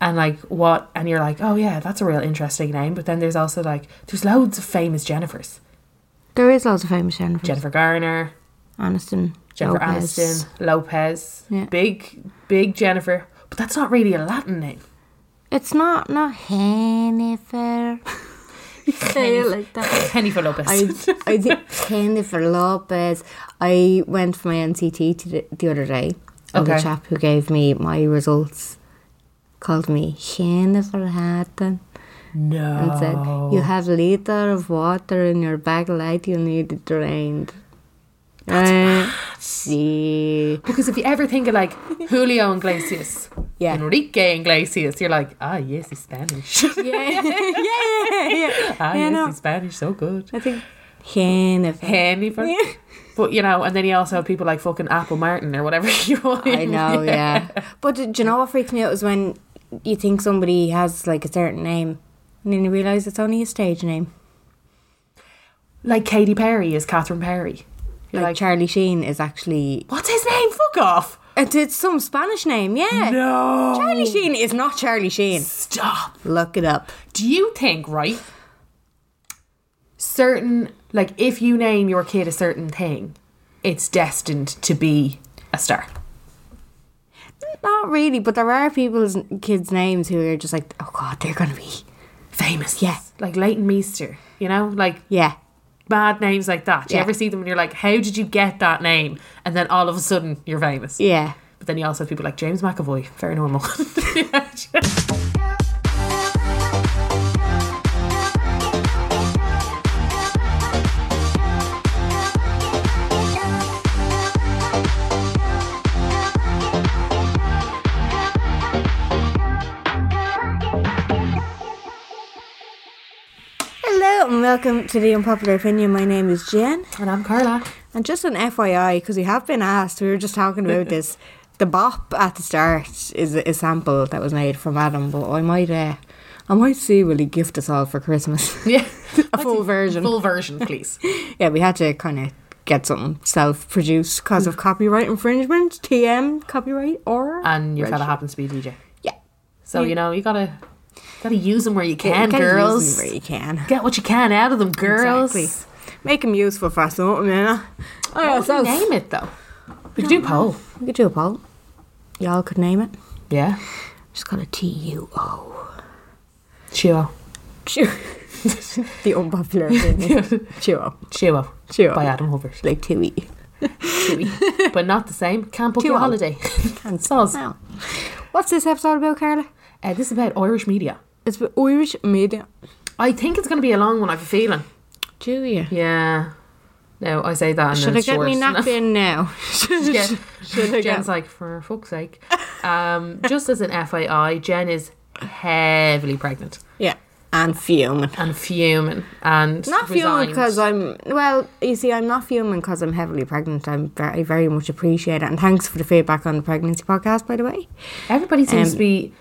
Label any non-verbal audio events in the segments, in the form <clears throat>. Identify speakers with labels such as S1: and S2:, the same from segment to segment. S1: and like what, and you're like, oh yeah, that's a real interesting name. But then there's also like, there's loads of famous Jennifers.
S2: There is loads of famous Jennifer.
S1: Jennifer Garner,
S2: Aniston.
S1: Jennifer
S2: Lopez.
S1: Aniston, Lopez,
S2: Yeah.
S1: big, big Jennifer. But that's not really a Latin name.
S2: It's not not
S1: <laughs>
S2: Jennifer. <laughs> Say it like that.
S1: Jennifer Lopez. <laughs>
S2: I, I did Jennifer Lopez. I went for my NCT to the, the other day, and the
S1: Okay.
S2: chap who gave me my results called me Jennifer Hatton and
S1: no.
S2: said,
S1: Oh.
S2: "You have liter of water in your bag, light. You need it drained." Uh,
S1: <laughs>
S2: see, <laughs>
S1: Because if you ever think of like Julio Iglesias,
S2: Yeah.
S1: Enrique Iglesias, you're like, ah, yes, he's Spanish.
S2: <laughs> yeah,
S1: <laughs>
S2: yeah, yeah.
S1: ah,
S2: Yeah,
S1: yes,
S2: no.
S1: he's Spanish, so good.
S2: I think Jennifer.
S1: Jennifer. But you know, and then you also have people like fucking Apple Martin or whatever <laughs> you want.
S2: I know, <laughs> yeah. But do you know what freaks me out is when you think somebody has like a certain name, and then you realise it's only a stage name.
S1: Like Katy Perry is Catherine Perry. You're
S2: Like,
S1: like,
S2: Charlie Sheen is actually
S1: what's his name? Fuck off.
S2: it's, it's some Spanish name, yeah.
S1: No.
S2: Charlie Sheen is not Charlie Sheen.
S1: Stop.
S2: Look it up.
S1: Do you think, right? Certain, like, if you name your kid a certain thing, it's destined to be a star.
S2: Not really, but there are people's kids' names who are just like, oh god, they're gonna be
S1: famous.
S2: Yeah.
S1: Like Leighton Meester, you know, like
S2: yeah.
S1: bad names like that. Do you
S2: Yeah.
S1: ever see them and you're like, how did you get that name? And then all of a sudden you're famous.
S2: Yeah.
S1: But then you also have people like James McAvoy, very normal.
S2: Hello and welcome to the Unpopular Opinion. My name is Jen.
S1: and I'm Carla.
S2: <laughs> And just an FYI, because we have been asked, we were just talking
S1: <laughs>
S2: about this. The bop at the start is a a sample that was made from Adam, but I might, uh, I might see will he gift us all for Christmas
S1: <laughs> <laughs> Yeah.
S2: a full version.
S1: Full version,
S2: <laughs>
S1: please.
S2: Yeah, we had to kind of get something self-produced because of copyright infringement, TM copyright, or
S1: And your fella happens to be a DJ.
S2: yeah,
S1: So, you know, you gotta gotta use them where you
S2: You
S1: can,
S2: gotta use them
S1: girls.
S2: where you can.
S1: Get what you can out of them, girls.
S2: Exactly. Make them useful for something, you know. Oh, yeah,
S1: What would
S2: so
S1: we name it though? We could do poll.
S2: we could do a poll. Y'all could name it.
S1: Yeah.
S2: Just call it T U O.
S1: Chewo.
S2: <laughs> the unpopular opinion. Chew
S1: Chewo.
S2: Chewo.
S1: By Adam
S2: <laughs>
S1: Hubbard.
S2: Like two E.
S1: Chewy, but not the same. Can't book
S2: Too
S1: your
S2: old.
S1: holiday. <laughs> Can't. Soz.
S2: Now, what's this episode about, Carla?
S1: Uh, this is about Irish media.
S2: It's about Irish media.
S1: I think it's going to be a long one. I have a feeling.
S2: Do you?
S1: Yeah. No, I say that. And
S2: Should
S1: then
S2: I
S1: it's
S2: get me
S1: short. <laughs>
S2: napkin now? <laughs>
S1: Yeah.
S2: Should I
S1: Jen's
S2: get?
S1: like, for fuck's
S2: <laughs>
S1: sake. Um, just as an FYI, Jen is heavily pregnant
S2: Yeah, and fuming.
S1: and fuming and
S2: Not fuming
S1: resigned.
S2: because I'm well. You see, I'm not fuming because I'm heavily pregnant. I'm very, very much appreciate it, and thanks for the feedback on the pregnancy podcast, by the way.
S1: everybody seems
S2: Um,
S1: to be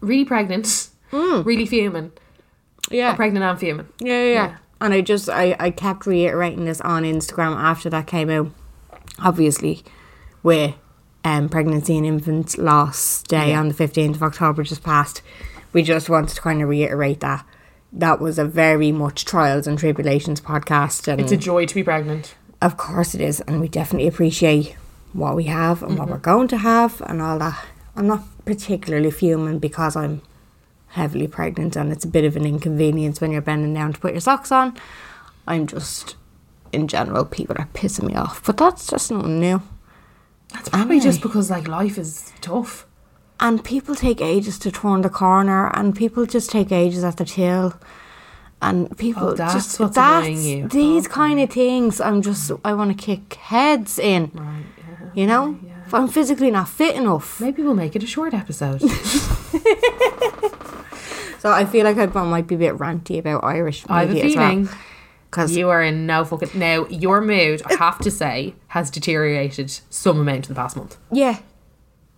S1: really pregnant, really fuming,
S2: Mm. Yeah,
S1: pregnant and fuming.
S2: Yeah, yeah, yeah. And I just I, I kept reiterating this on Instagram after that came out. Obviously, with um, pregnancy and infant loss day on the fifteenth of October just passed, we just wanted to kind of reiterate that that was a very much trials and tribulations podcast, and
S1: It's a joy to be pregnant.
S2: of course it is, and we definitely appreciate what we have and what we're going to have and all that. I'm not particularly fuming because I'm heavily pregnant and it's a bit of an inconvenience when you're bending down to put your socks on. I'm just in general, people are pissing me off. But that's just nothing new.
S1: That's probably just because like life is tough.
S2: And people take ages to turn the corner, and people just take ages at the till. And people
S1: Oh, that's
S2: just
S1: what's
S2: that's
S1: annoying you.
S2: these kind of things. I'm just I want to kick heads in.
S1: Right.
S2: You know, if I'm physically not fit enough.
S1: Maybe we'll make it a short
S2: <laughs>
S1: episode.
S2: So I feel like I might be a bit ranty about Irish media
S1: I have a
S2: as
S1: feeling
S2: well. Because
S1: you are in no fucking now. Your mood, I have to say, has deteriorated some amount in the past month.
S2: yeah,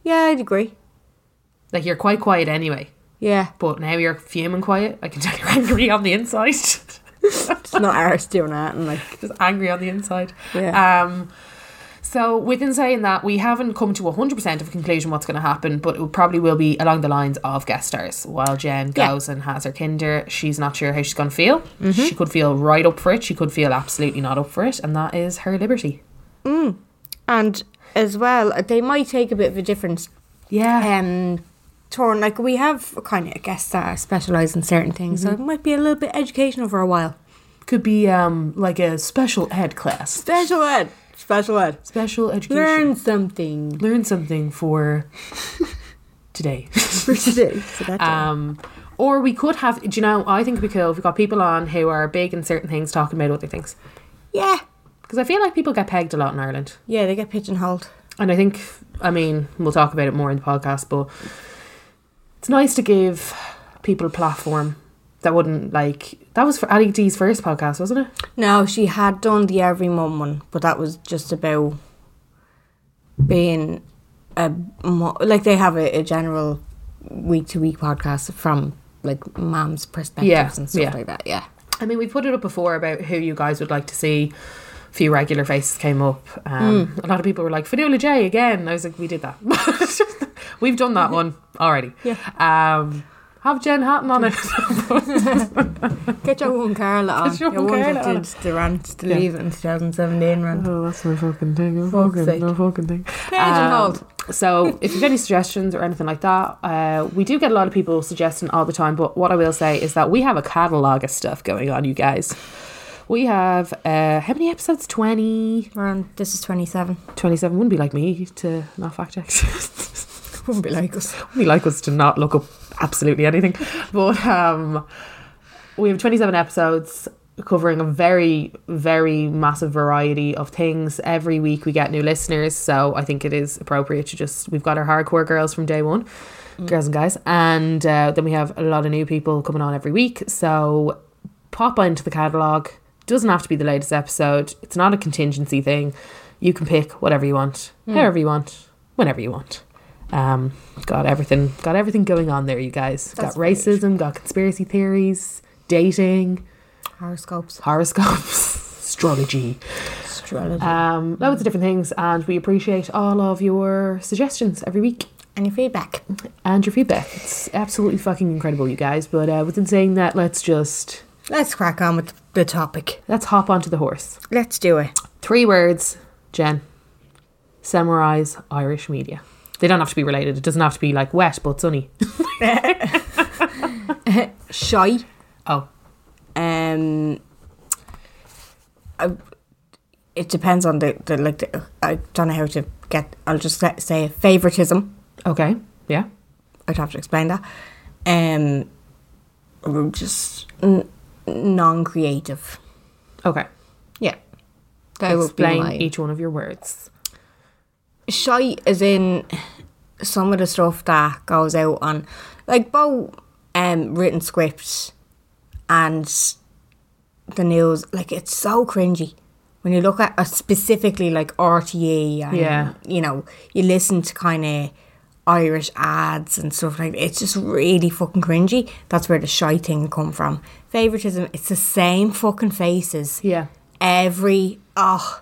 S2: yeah, I'd agree.
S1: Like you're quite quiet anyway,
S2: Yeah,
S1: but now you're fuming quiet. I can tell you're <laughs> angry on the inside. <laughs>
S2: it's not <laughs> ours doing that, and like
S1: just angry on the inside.
S2: Yeah.
S1: Um, so within saying that, we haven't come to 100% of a conclusion what's going to happen, but it probably will be along the lines of guest stars. While Jen
S2: Yeah.
S1: goes and has her kinder, she's not sure how she's going to feel. She could feel right up for it. She could feel absolutely not up for it. And that is her liberty.
S2: and as well they might take a bit of a different
S1: Yeah.
S2: um turn. Like we have kind of guests that are specialised in certain things, so it might be a little bit educational for a while.
S1: could be um like a special ed class.
S2: Special ed, special ed,
S1: Special education.
S2: learn something
S1: Learn something for today.
S2: <laughs> for today. So that's
S1: Um, or we could have, do you know, I think it'd be cool if we got people on who are big in certain things talking about other things.
S2: yeah,
S1: Because I feel like people get pegged a lot in Ireland.
S2: yeah, they get pigeonholed.
S1: And I think, I mean, we'll talk about it more in the podcast, but it's nice to give people a platform that wouldn't like. That was for Ali D's first podcast, wasn't it?
S2: No, she had done the every mum one, but that was just about being a mo- like they have a, a general week to week podcast from like mom's perspectives
S1: Yeah,
S2: and stuff
S1: yeah.
S2: like that. Yeah,
S1: I mean, we've put it up before about who you guys would like to see. A few regular faces came up. Um, A lot of people were like, Fidula J again. And I was like, we did that. <laughs> We've done that one already.
S2: Yeah.
S1: Um, have Jen Hatton on it.
S2: get your one Carla on. Uh-huh.
S1: your
S2: your
S1: own
S2: one
S1: Carla on.
S2: that did the rant, the leave it in 2017
S1: <laughs>
S2: rant.
S1: Oh, that's no fucking thing. No
S2: Fuck's fucking- sake. no
S1: fucking thing. Um,
S2: Pigeonholed.
S1: so, if you've any suggestions or anything like that, uh, we do get a lot of people suggesting all the time. But what I will say is that we have a catalogue of stuff going on, you guys. We have uh, how many episodes? 20,
S2: We're on. This is 27.
S1: 27. Wouldn't be like me to not fact check.
S2: <laughs>
S1: <laughs>
S2: Wouldn't be like us.
S1: we like us to not look up absolutely anything. But um, we have 27 episodes covering a very, very massive variety of things. Every week we get new listeners. So I think it is appropriate to just, we've got our hardcore girls from day one, girls and guys. And uh, then we have a lot of new people coming on every week. So pop into the catalogue. Doesn't have to be the latest episode. It's not a contingency thing. You can pick whatever you want, however you want, whenever you want. Um, got everything, got everything going on there, you guys.
S2: That's
S1: got racism, got conspiracy theories, dating,
S2: Horoscopes.
S1: horoscopes, <laughs> astrology,
S2: Astrology.
S1: um, loads of different things. And we appreciate all of your suggestions every week
S2: Any feedback?
S1: and your feedback. It's absolutely fucking incredible, you guys. But uh, within saying that, let's just
S2: Let's crack on with the topic.
S1: let's hop onto the horse.
S2: Let's do it.
S1: Three words, Jen. Summarize Irish media. They don't have to be related. It doesn't have to be like wet but sunny.
S2: Shy.
S1: Oh,
S2: Um, I, it depends on the, the like. The, I don't know how to get. I'll just let- say favoritism.
S1: okay, yeah.
S2: I'd have to explain that. Um, or just n- non-creative.
S1: Okay.
S2: Yeah, that would be
S1: Explain
S2: my-
S1: each one of your words.
S2: shy as in some of the stuff that goes out on like both um written scripts and the news like it's so cringy when you look at uh, specifically like RTE and
S1: Yeah.
S2: you know you listen to kind of Irish ads and stuff like that. it's just really fucking cringy that's where the shy thing come from favoritism it's the same fucking faces
S1: Yeah.
S2: every oh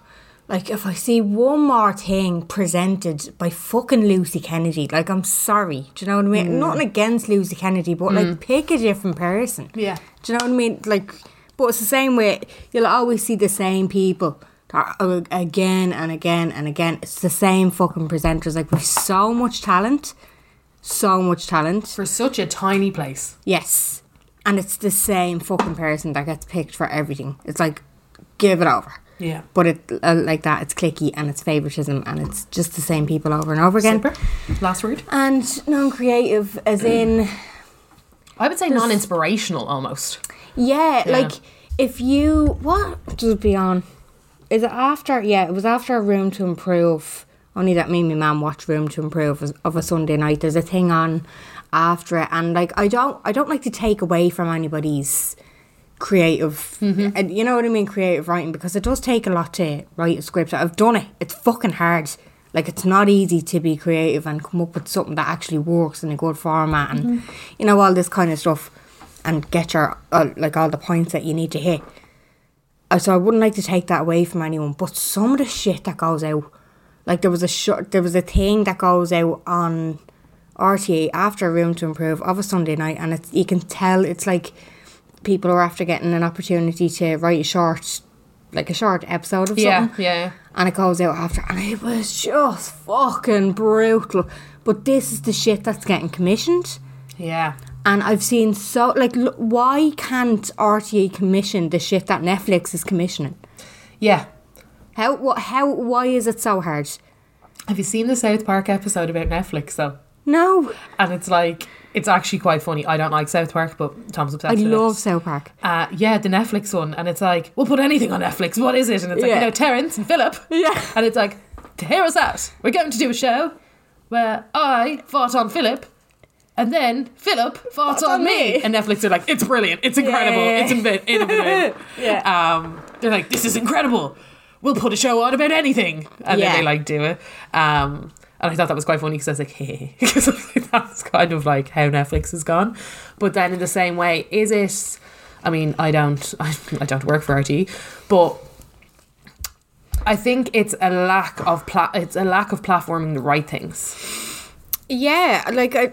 S2: like if I see one more thing presented by fucking Lucy Kennedy, like I'm sorry, do you know what I mean? Nothing against Lucy Kennedy, but like pick a different person.
S1: Yeah.
S2: do you know what I mean? Like, but it's the same way. You'll always see the same people that are- again and again and again. It's the same fucking presenters. Like we've so much talent, so much talent.
S1: For such a tiny place.
S2: Yes. And it's the same fucking person that gets picked for everything. It's like, give it over.
S1: Yeah.
S2: But it uh, like that, it's clicky and it's favoritism and it's just the same people over and over again.
S1: Super. Last word.
S2: And non-creative, as in,
S1: I would say non-inspirational almost.
S2: yeah,
S1: Yeah.
S2: like if you what does it be on? Is it after? Yeah, it was after Room to Improve. Only that me and my mum watched Room to Improve as- of a Sunday night. There's a thing on after it, and like I don't, I don't like to take away from anybody's creative and you know what I mean creative writing because it does take a lot to write a script I've done it it's fucking hard like it's not easy to be creative and come up with something that actually works in a good format and you know all this kind of stuff and get your uh, like all the points that you need to hit Uh, so I wouldn't like to take that away from anyone but some of the shit that goes out like there was a sh- there was a thing that goes out on RTA after Room to Improve of a Sunday night and it's you can tell it's like people are after getting an opportunity to write a short, like a short episode of
S1: Yeah,
S2: something.
S1: yeah.
S2: And it goes out after, and it was just fucking brutal. But this is the shit that's getting commissioned.
S1: Yeah.
S2: And I've seen so, like, l- why can't RTA commission the shit that Netflix is commissioning?
S1: Yeah.
S2: How, what, how, why is it so hard?
S1: Have you seen the South Park episode about Netflix though?
S2: No,
S1: And it's like it's actually quite funny. I don't like South Park, but Tom's obsessed.
S2: I
S1: with it.
S2: love South Park.
S1: Uh, yeah, the Netflix one, and it's like we'll put anything on Netflix. What is it? And it's like
S2: Yeah.
S1: you know Terrence and Philip.
S2: Yeah.
S1: and it's like to hear us out. We're going to do a show where I fart on Philip, and then Philip farts on,
S2: on
S1: me.
S2: me.
S1: And Netflix are like, it's brilliant, it's incredible,
S2: yeah, yeah.
S1: it's
S2: <laughs>
S1: inv- innovative. yeah, um, they're like, this is incredible. We'll put a show on about anything, and
S2: Yeah.
S1: then they like do it. Um, and I thought that was quite funny because I was like, hey, <laughs> because I was like, that's kind of like how Netflix has gone. But then in the same way, is it? I mean, I don't, <laughs> I, I don't work for RT, but I think it's a lack of pla- it's a lack of platforming the right things.
S2: Yeah, like I,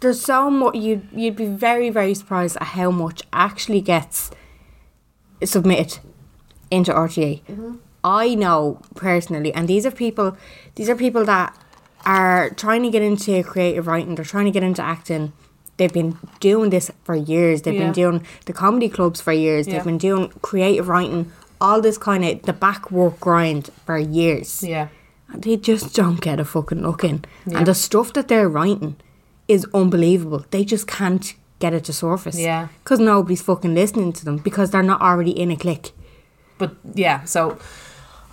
S2: there's so much you you'd be very very surprised at how much actually gets submitted into RTA.
S1: Mm-hmm.
S2: I know personally, and these are people these are people that are trying to get into creative writing. They're trying to get into acting. They've been doing this for years. They've
S1: Yeah.
S2: been doing the comedy clubs for years.
S1: Yeah.
S2: They've been doing creative writing, all this kind of the back work grind for years
S1: Yeah.
S2: and they just don't get a fucking look in. And the stuff that they're writing is unbelievable. They just can't get it to surface.
S1: Yeah.
S2: Because nobody's fucking listening to them because they're not already in a click.
S1: But yeah, so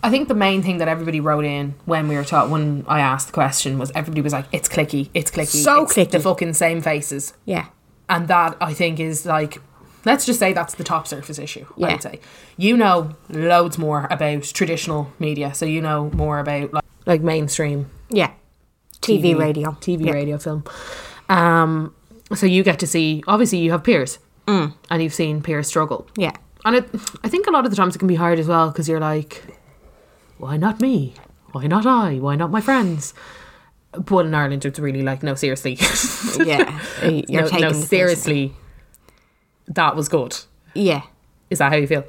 S1: I think the main thing that everybody wrote in when we were taught when I asked the question was everybody was like, It's clicky, it's clicky.
S2: So
S1: it's The
S2: clicky.
S1: fucking same faces.
S2: Yeah.
S1: And that I think is like let's just say that's the top surface issue, I
S2: Yeah.
S1: would say. You know loads more about traditional media, so you know more about like like mainstream
S2: Yeah. TV, radio.
S1: TV
S2: Yeah.
S1: radio film. Um, so you get to see. Obviously, you have peers, and you've seen peers struggle.
S2: Mm. Yeah.
S1: and it, I think a lot of the times it can be hard as well because you're like, why not me? Why not I? Why not my friends? But in Ireland, it's really like, no, seriously, <laughs>
S2: Yeah. You're
S1: no,
S2: taking
S1: no,
S2: the piss.
S1: seriously, that was good.
S2: Yeah.
S1: Is that how you feel?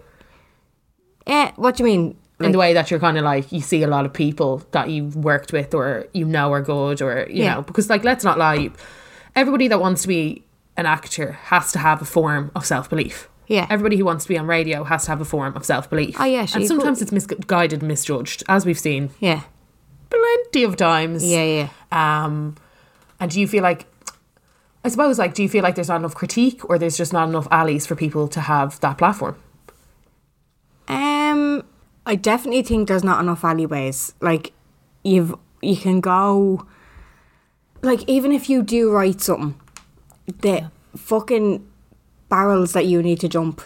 S2: Yeah. What do you mean?
S1: in the
S2: Like,
S1: way that you're kind of like you see a lot of people that you've worked with or you know are good or you
S2: Yeah.
S1: know because like let's not lie everybody that wants to be an actor has to have a form of self-belief
S2: Yeah.
S1: everybody who wants to be on radio has to have a form of self-belief
S2: Oh, yeah, sure,
S1: and
S2: you could-
S1: sometimes it's misguided misjudged as we've seen
S2: yeah.
S1: plenty of times
S2: Yeah. Yeah.
S1: um and do you feel like i suppose like do you feel like there's not enough critique or there's just not enough alleys for people to have that platform
S2: Um, I definitely think there's not enough alleyways. Like, you've you can go. Like, even if you do write something, the fucking barrels that you need to jump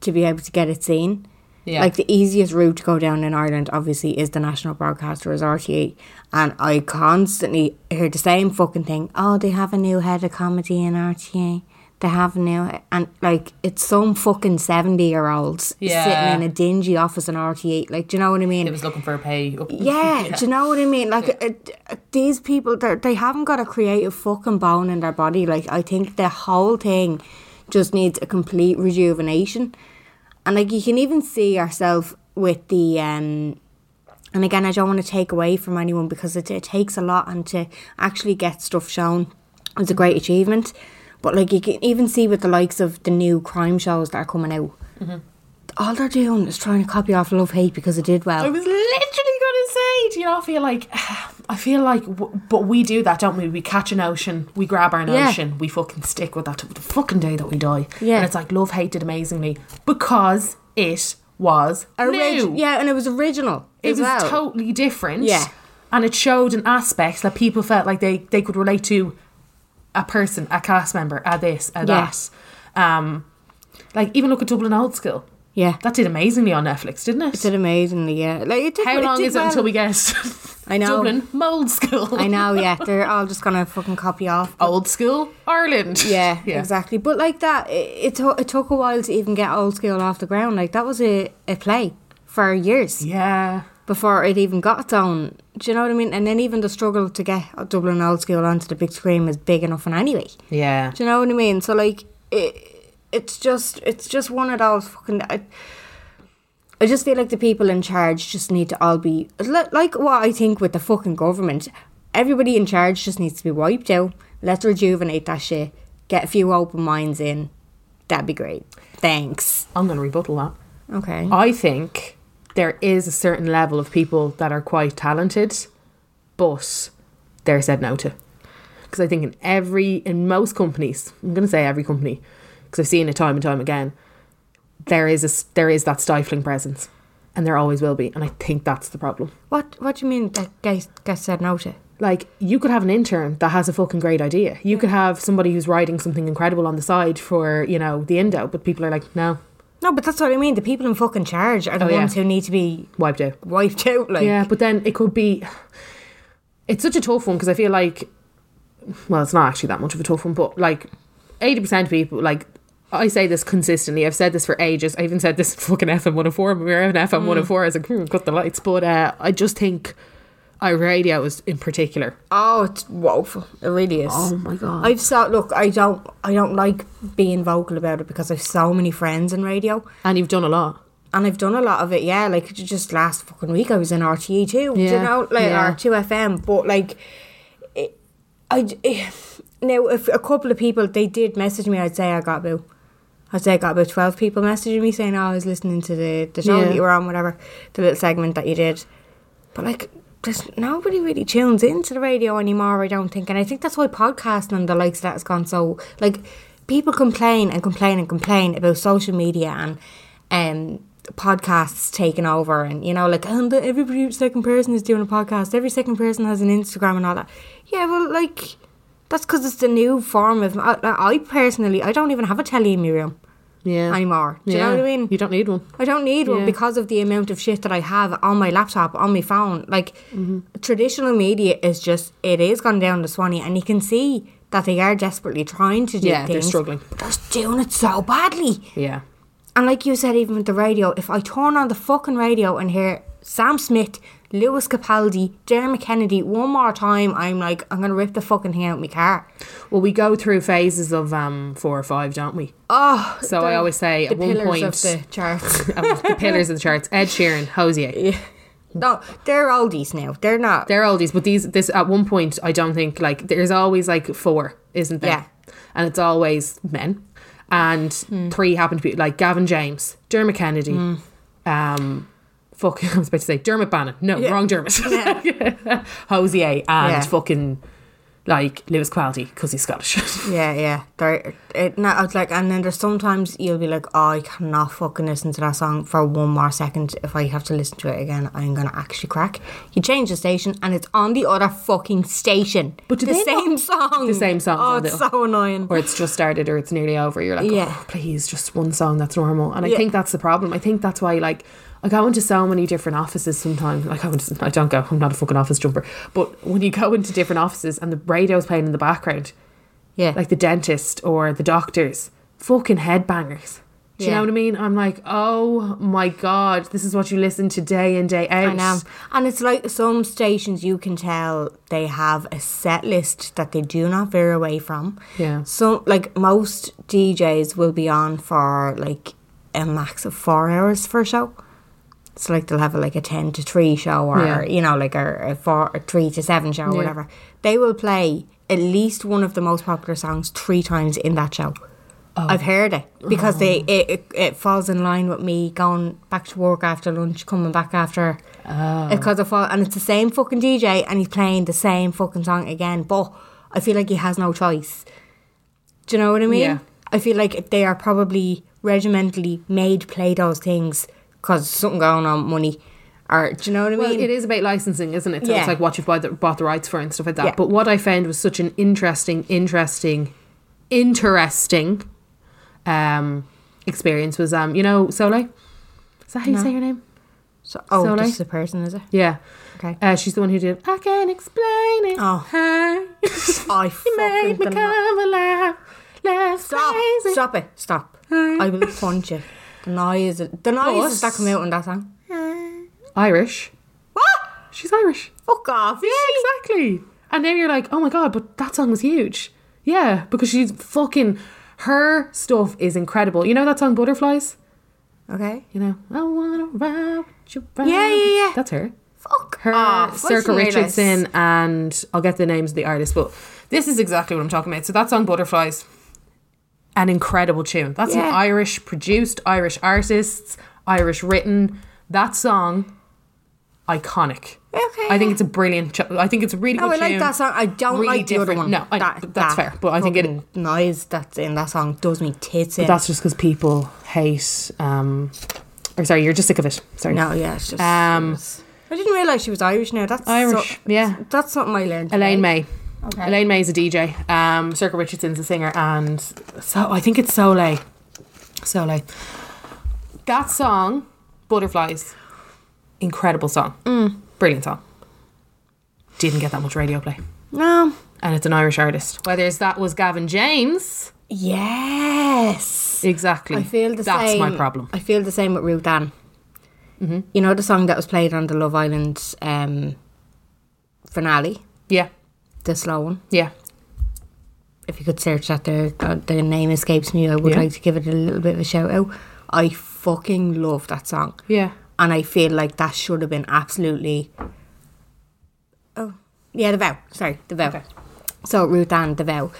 S2: to be able to get it seen.
S1: Yeah.
S2: Like the easiest route to go down in Ireland, obviously, is the national broadcaster is RTE, and I constantly hear the same fucking thing. Oh, they have a new head of comedy in RTE. They have a new and like it's some fucking seventy year olds
S1: Yeah.
S2: sitting in a dingy office in RTE. Like, do you know what I mean?
S1: it was looking for a pay up
S2: <laughs> Yeah, do you know what I mean? Like it, it- these people, they're- they haven't got a creative fucking bone in their body. Like I think the whole thing just needs a complete rejuvenation, and like you can even see yourself with the. um And again, I don't want to take away from anyone because it, it takes a lot, and to actually get stuff shown is a great achievement. But like you can even see with the likes of the new crime shows that are coming out all they're doing is trying to copy off Love Hate because it did well.
S1: I was literally going to say, do you know, I feel like, <sighs> I feel like, w- but we do that, don't we? We catch an ocean, we grab our
S2: Yeah.
S1: notion, we fucking stick with that till the fucking day that we die.
S2: Yeah.
S1: And it's like, love hated amazingly because it was
S2: Orig-
S1: new.
S2: Yeah, and it was original.
S1: It
S2: as
S1: was
S2: well.
S1: totally different.
S2: Yeah.
S1: And it showed an aspect that people felt like they, they could relate to a person, a cast member, a this, a
S2: Yeah.
S1: that. Um, like, even look at Dublin Old School.
S2: Yeah.
S1: That did amazingly on Netflix, didn't it?
S2: It did amazingly, yeah. Like it did,
S1: How long
S2: did
S1: is it
S2: well.
S1: until we get
S2: I know.
S1: Dublin mold school? <laughs>
S2: I know, yeah. They're all just gonna fucking copy off.
S1: Old school Ireland.
S2: Yeah,
S1: <laughs>
S2: exactly. But like that, it, it, to- it took a while to even get old school off the ground. Like that was a, a play for years
S1: Yeah.
S2: before it even got its own. Do you know what I mean? And then even the struggle to get Dublin old school onto the big screen was big enough, and anyway.
S1: Yeah.
S2: Do you know what I mean? So like, it, it's just it's just one of those fucking. I, I just feel like the people in charge just need to all be li- like what I think with the fucking government. Everybody in charge just needs to be wiped out. Let's rejuvenate that shit. Get a few open minds in. That'd be great. Thanks. Oh.
S1: I'm going to rebuttal that.
S2: Okay.
S1: I think there is a certain level of people that are quite talented, but they're said no to. Because I think in every, in most companies, I'm going to say every company, because I've seen it time and time again, there is a, s- there is that stifling presence, and there always will be, and I think that's the problem.
S2: What What do you mean that guy guy said no to?
S1: Like you could have an intern that has a fucking great idea. You could have somebody who's writing something incredible on the side for you know the Indo, but people are like, no,
S2: No, but that's what I mean. The people in fucking charge are the
S1: Oh, yeah.
S2: ones who need to be
S1: wiped out.
S2: wiped out. Like,
S1: Yeah, but then it could be. It's such a tough one because I feel like, well, it's not actually that much of a tough one, but like, eighty percent of people like. I say this consistently. I've said this for ages. I even said this in fucking FM 104. When we were in FM 104. I was like, hmm, cut the lights. But uh, I just think our radio is in particular.
S2: Oh, it's woeful. It really is.
S1: Oh my God.
S2: I've so look. I don't. I don't like being vocal about it because I've so many friends in radio,
S1: And you've done a lot.
S2: and I've done a lot of it. Yeah, like j- just last fucking week I was in RTE too. Do you
S1: Yeah,
S2: know, like
S1: yeah.
S2: or two FM. But like, it, I d- now if a couple of people they did message me, I'd say I got about. I'd say I got about twelve people messaging me saying, "Oh, I was listening to the the show
S1: Yeah.
S2: that you were on, whatever, the little segment that you did." But like, there's nobody really tunes into the radio anymore. I don't think, and I think that's why podcasting and the likes of that has gone so like. People complain and complain and complain about social media and um podcasts taking over, and you know, like and every second person is doing a podcast. Every second person has an Instagram and all that. Yeah, well, like that's because it's the new form of. I, I personally, I don't even have a telly in my room
S1: Yeah.
S2: anymore. Do you know what I mean?
S1: You don't need one.
S2: I don't need one
S1: Yeah.
S2: because of the amount of shit that I have on my laptop, on my phone. Like
S1: Mm-hmm.
S2: traditional media is just it is gone down the swanny, and you can see that they are desperately trying to do
S1: Yeah, they're
S2: things.
S1: struggling.
S2: But they're doing it so badly.
S1: Yeah.
S2: And like you said, even with the radio, if I turn on the fucking radio and hear Sam Smith, Lewis Capaldi, Dermot Kennedy one more time, I'm like, I'm gonna rip the fucking thing out of my car.
S1: Well, we go through phases of um four or five, don't we? <laughs>
S2: Oh,
S1: So I always say
S2: the
S1: at one
S2: pillars
S1: point,
S2: of the charts. <laughs>
S1: of the pillars of the charts, Ed Sheeran, Hosier.
S2: no, they're oldies now. They're not.
S1: They're oldies, but these this at one point I don't think like there's always like four, isn't there?
S2: Yeah. Hmm.
S1: And it's always men. And three happen to be like Gavin James, Dermot Kennedy, um fuck <laughs> I was about to say Dermot Bannon. No, wrong Dermot. <laughs> Hosier and
S2: Yeah.
S1: fucking like Lewis Quality because he's Scottish. <laughs>
S2: Yeah, yeah. There, it, no, it's like, and then there's sometimes you'll be like, oh, I cannot fucking listen to that song for one more second. If I have to listen to it again, I'm gonna actually crack. You change the station, and it's on the other fucking station.
S1: But do
S2: the
S1: they
S2: same
S1: not-
S2: song.
S1: the same song.
S2: Oh, it's so annoying.
S1: Or it's just started or it's nearly over. You're like,
S2: Yeah.
S1: oh, please, just one song that's normal. And I
S2: Yeah.
S1: think that's the problem. I think that's why, like, I go into so many different offices sometimes. Like, I, go into, I don't go, I'm not a fucking office jumper. But when you go into different offices and the radio's playing in the background,
S2: Yeah,
S1: like the dentist or the doctors, fucking headbangers. Do you
S2: Yeah.
S1: know what I mean? I'm like, oh my God, this is what you listen to day in, day out.
S2: I know. And it's like some stations you can tell they have a set list that they do not veer away from.
S1: Yeah.
S2: So like most DJs will be on for like a max of four hours for a show. So like they'll have like a ten to three show or
S1: Yeah.
S2: you know like a, a four a three to seven show or
S1: Yeah.
S2: whatever. They will play at least one of the most popular songs three times in that show.
S1: Oh.
S2: I've heard it because they it, it, it falls in line with me going back to work after lunch, coming back after Oh. because I fall and it's the same fucking DJ and he's playing the same fucking song again. But I feel like he has no choice. Do you know what I mean?
S1: Yeah.
S2: I feel like they are probably regimentally made play those things because something going on money. Or do you know what I
S1: Well,
S2: mean?
S1: it is about licensing, isn't it? So
S2: Yeah.
S1: it's like what you've bought the, bought the rights for and stuff like that.
S2: Yeah.
S1: But what I found was such an interesting, interesting, interesting um, experience was, um, you know, Soleil? Is that how you say her name?
S2: So, oh,
S1: So,
S2: this
S1: like-
S2: is the person, is it?
S1: Yeah.
S2: Okay.
S1: Uh, she's the one who did, I can't explain it.
S2: Oh.
S1: Hi. <laughs>
S2: I
S1: You
S2: fucking
S1: made me
S2: cannot-
S1: come alive. Life's
S2: Stop!
S1: crazy.
S2: Stop it! Stop! I will punch you. The noise, the noises that come out in that song.
S1: Irish.
S2: What?
S1: She's Irish.
S2: Fuck off!
S1: Yeah, exactly. And then you're like, oh my god, but that song was huge. Yeah, because she's fucking her stuff is incredible. You know that song Butterflies?
S2: Okay.
S1: You know, I wanna ride with you. ride
S2: Yeah,
S1: with-
S2: yeah, yeah.
S1: That's her.
S2: Fuck
S1: Her,
S2: off! I
S1: Circa
S2: didn't realise.
S1: Richardson, and I'll get the names of the artists, but this is exactly what I'm talking about. So that song Butterflies, an incredible tune. That's an
S2: Yeah.
S1: Irish produced, Irish artists, Irish written. That song, iconic.
S2: Okay.
S1: I think it's a brilliant. Ch- I think it's a really
S2: Oh,
S1: good.
S2: I like
S1: tune.
S2: that song. I don't
S1: Really
S2: like the other
S1: different.
S2: one. Mm-hmm.
S1: No, I- but that's fair, but I think it-
S2: fucking noise that's in that song does me tits in.
S1: That's just because people hate. Um, or sorry, you're just sick of it. Sorry.
S2: no, yeah, it's just.
S1: Um,
S2: I didn't realize she was Irish. Now that's so-
S1: Irish, yeah.
S2: That's something I learned.
S1: Elaine
S2: today.
S1: May.
S2: Okay.
S1: Elaine May is a DJ. Um, Circa Richardson's a singer, and so I think it's Soleil. Soleil. That song, Butterflies, incredible song.
S2: Mm.
S1: Brilliant song. Didn't get that much radio play,
S2: No.
S1: and it's an Irish artist. Whether it's that was Gavin James,
S2: Yes.
S1: exactly.
S2: I feel the
S1: That's
S2: same.
S1: my problem. Mm-hmm.
S2: I feel the same with Rudan. You know the song that was played on the Love Island um, finale,
S1: Yeah,
S2: the slow one.
S1: yeah.
S2: If you could search that, there, God, the name escapes me. I would
S1: Yeah.
S2: like to give it a little bit of a shout out. I fucking love that song,
S1: Yeah.
S2: and I feel like that should have been absolutely. Oh yeah, the vow. Sorry, the vow. So Rudan, the vow.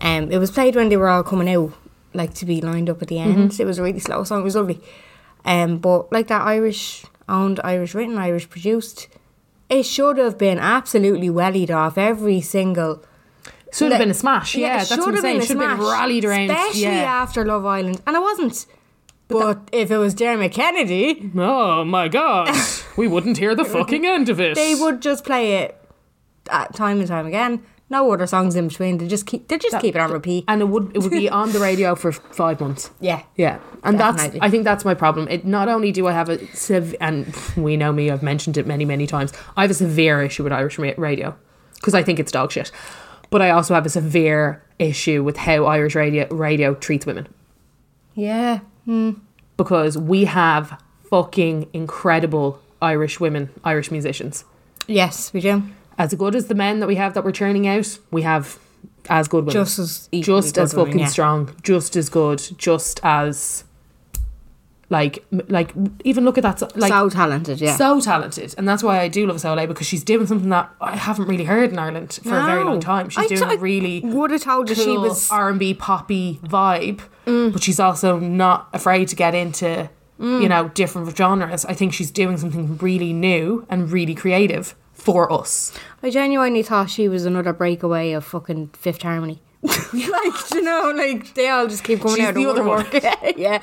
S2: Um, it was played when they were all coming out, like to be lined up at the end. It was a really slow song. It was lovely. Um, but like that Irish owned, Irish written, Irish produced. It should have been absolutely wellied off every single.
S1: Should have
S2: Like-
S1: been a smash. Yeah, that's
S2: it
S1: what I'm
S2: should have
S1: saying.
S2: been a
S1: Should have been
S2: smash,
S1: rallied around.
S2: especially
S1: yeah.
S2: after Love Island, and it wasn't. But, if it was Dermot Kennedy,
S1: Oh my god,
S2: <laughs>
S1: we wouldn't hear the fucking end of it.
S2: they would just play it uh, time and time again. No other songs in between. They just keep. They just keep it on repeat.
S1: and it would it would
S2: <laughs>
S1: be on the radio for five months.
S2: yeah.
S1: Yeah, and
S2: Definitely.
S1: that's I think that's my problem. It not only do I have a sev- and we know me, I've mentioned it many many times. I have a severe issue with Irish ra- radio because I think it's dog shit, but I also have a severe issue with how Irish radio radio treats women.
S2: Yeah.
S1: because we have fucking incredible Irish women, Irish musicians.
S2: Yes, we do.
S1: As good as the men that we have that we're churning out, we have as good women.
S2: Just as equally
S1: just
S2: good
S1: as
S2: women,
S1: fucking
S2: yeah.
S1: strong, just as good, just as like m- like even look at that so- like
S2: so talented, yeah.
S1: so talented, and that's why I do love Soleil because she's doing something that I haven't really heard in Ireland for a very
S2: No.
S1: long time. She's
S2: I
S1: doing
S2: t- I
S1: a really
S2: would have told you she
S1: cool
S2: was- Mm.
S1: R and B poppy vibe, but she's also not afraid to get into you know different genres. I think she's doing something really new and really creative for us.
S2: I genuinely thought she was another breakaway of fucking Fifth
S1: <laughs>
S2: Harmony. <laughs> like do you know, like they all just keep coming
S1: She's
S2: out. of
S1: the other one.
S2: woodwork. <laughs> yeah,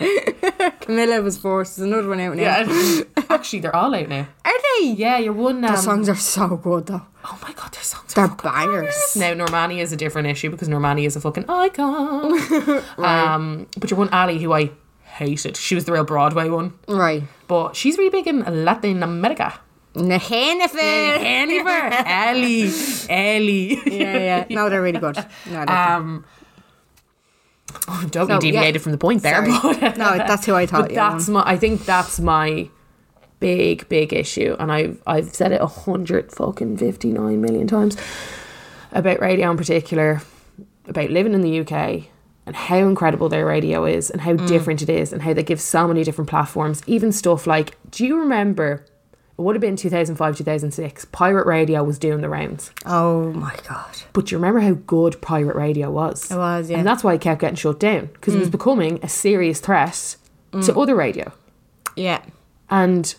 S2: Camilla was forced. There's another one out now.
S1: <laughs> actually, they're all out now.
S2: Are they?
S1: Yeah, you're one. Um,
S2: The songs are so good though.
S1: oh my god, their songs
S2: They're
S1: are
S2: bangers.
S1: <laughs> Now Normani is a different issue because Normani is a fucking
S2: <laughs>
S1: icon. um, but your one Ali who I hated. She was the real Broadway one,
S2: Right.
S1: but she's really big in Latin America.
S2: Nahenifer. <laughs>
S1: Anywhere, Ali, Ali.
S2: Yeah, yeah. No, they're really good. No, they're
S1: <laughs> Um, oh, don't
S2: So,
S1: be deviated
S2: yeah.
S1: from the point there,
S2: Sorry.
S1: but
S2: No, that's who I thought
S1: But
S2: you
S1: that's my. I think that's my big, big issue, and I've I've said it a hundred fucking fifty nine million times about radio in particular, about living in the UK and how incredible their radio is
S2: Mm.
S1: and how different it is and how they give so many different platforms, even stuff like. Do you remember? it would have been 2005, 2006, pirate radio was doing the rounds.
S2: Oh my god.
S1: But you remember how good pirate radio was?
S2: It was, yeah. Mm.
S1: And that's why it kept getting shut down because it was becoming a serious threat to other radio.
S2: Yeah.
S1: And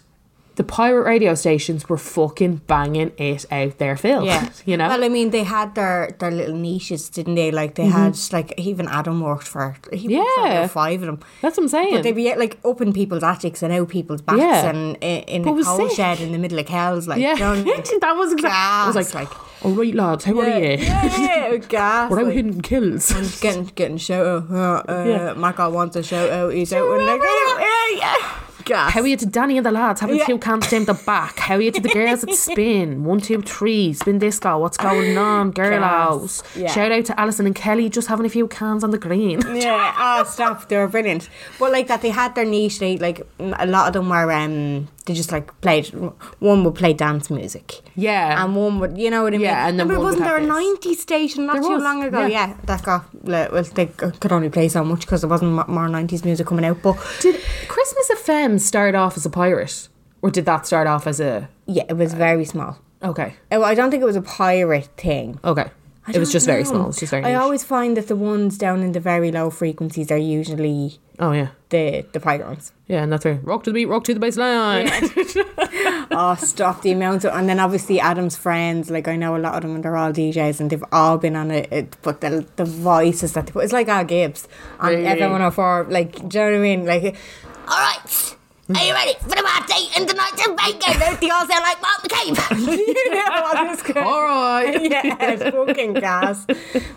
S1: the pirate radio stations were fucking banging it out their filth.
S2: <laughs> Yeah.
S1: <laughs> You know?
S2: Well, I mean, they had their, their little niches, didn't they? Like, they had, like, even Adam worked for, he worked for
S1: Yeah.
S2: about five of them.
S1: That's what I'm saying.
S2: But they'd be like up in people's attics and out people's backs
S1: Yeah.
S2: and i- in
S1: But it
S2: a
S1: was
S2: coal
S1: sick.
S2: shed in the middle of cows. Like,
S1: yeah.
S2: you <laughs> know what I
S1: <laughs>
S2: mean?
S1: that was exactly. I was
S2: Gas,
S1: like,
S2: like-
S1: all right, lads, how are you?
S2: yeah, <laughs> gas.
S1: We're out
S2: like-
S1: hitting kills. <laughs>
S2: and getting getting shout out. Uh, uh,
S1: Yeah.
S2: Michael wants a shout out. He's out with like,
S1: remember?
S2: yeah, yeah. Gas.
S1: How are you to Danny and the lads having
S2: Yeah.
S1: two cans down the back? How are you to the girls
S2: <laughs>
S1: at spin? One, two, three, spin disco. What's going on, girls?
S2: Class. Yeah.
S1: Shout out to Alison and Kelly just having a few cans on the green.
S2: <laughs> yeah, ah, stop. They were brilliant. But like that, they had their niche. They like a lot of them were. Um, they just like played. One would play dance music.
S1: Yeah.
S2: and one would, you know what I mean.
S1: Yeah, and then
S2: Remember,
S1: one would
S2: wasn't there
S1: have
S2: a
S1: this.
S2: '90s station not
S1: There
S2: too
S1: was,
S2: long ago?
S1: yeah.
S2: Yeah. that got like, well, they could only play so much because there wasn't mo- more '90s music coming out. But
S1: Did Christmas FM start off as a pirate? Or did that start off as a.
S2: yeah, it was very small.
S1: Okay.
S2: Oh, I don't think it was a pirate thing.
S1: Okay.
S2: I
S1: It was
S2: don't
S1: just very
S2: know.
S1: small. It's just very
S2: I
S1: niche.
S2: always find that the ones down in the very low frequencies are usually
S1: Oh, yeah.
S2: the the
S1: <laughs>
S2: pyrons.
S1: Yeah, and that's right. Rock to the beat, rock to the bass line.
S2: oh, stop the amount of, and then obviously Adam's friends. Like I know a lot of them, and they're all DJs, and they've all been on it. it but the the voices that they put, it's like Al Gibbs on
S1: Really?
S2: FM one hundred four. Like, do you know what I mean?
S1: <laughs>
S2: Like, <laughs> all right. Are you ready for the party and the night of bacon? They all sound like Mark <laughs> McCabe. you know, on this girl.
S1: All
S2: <laughs>
S1: right.
S2: yeah, fucking gas.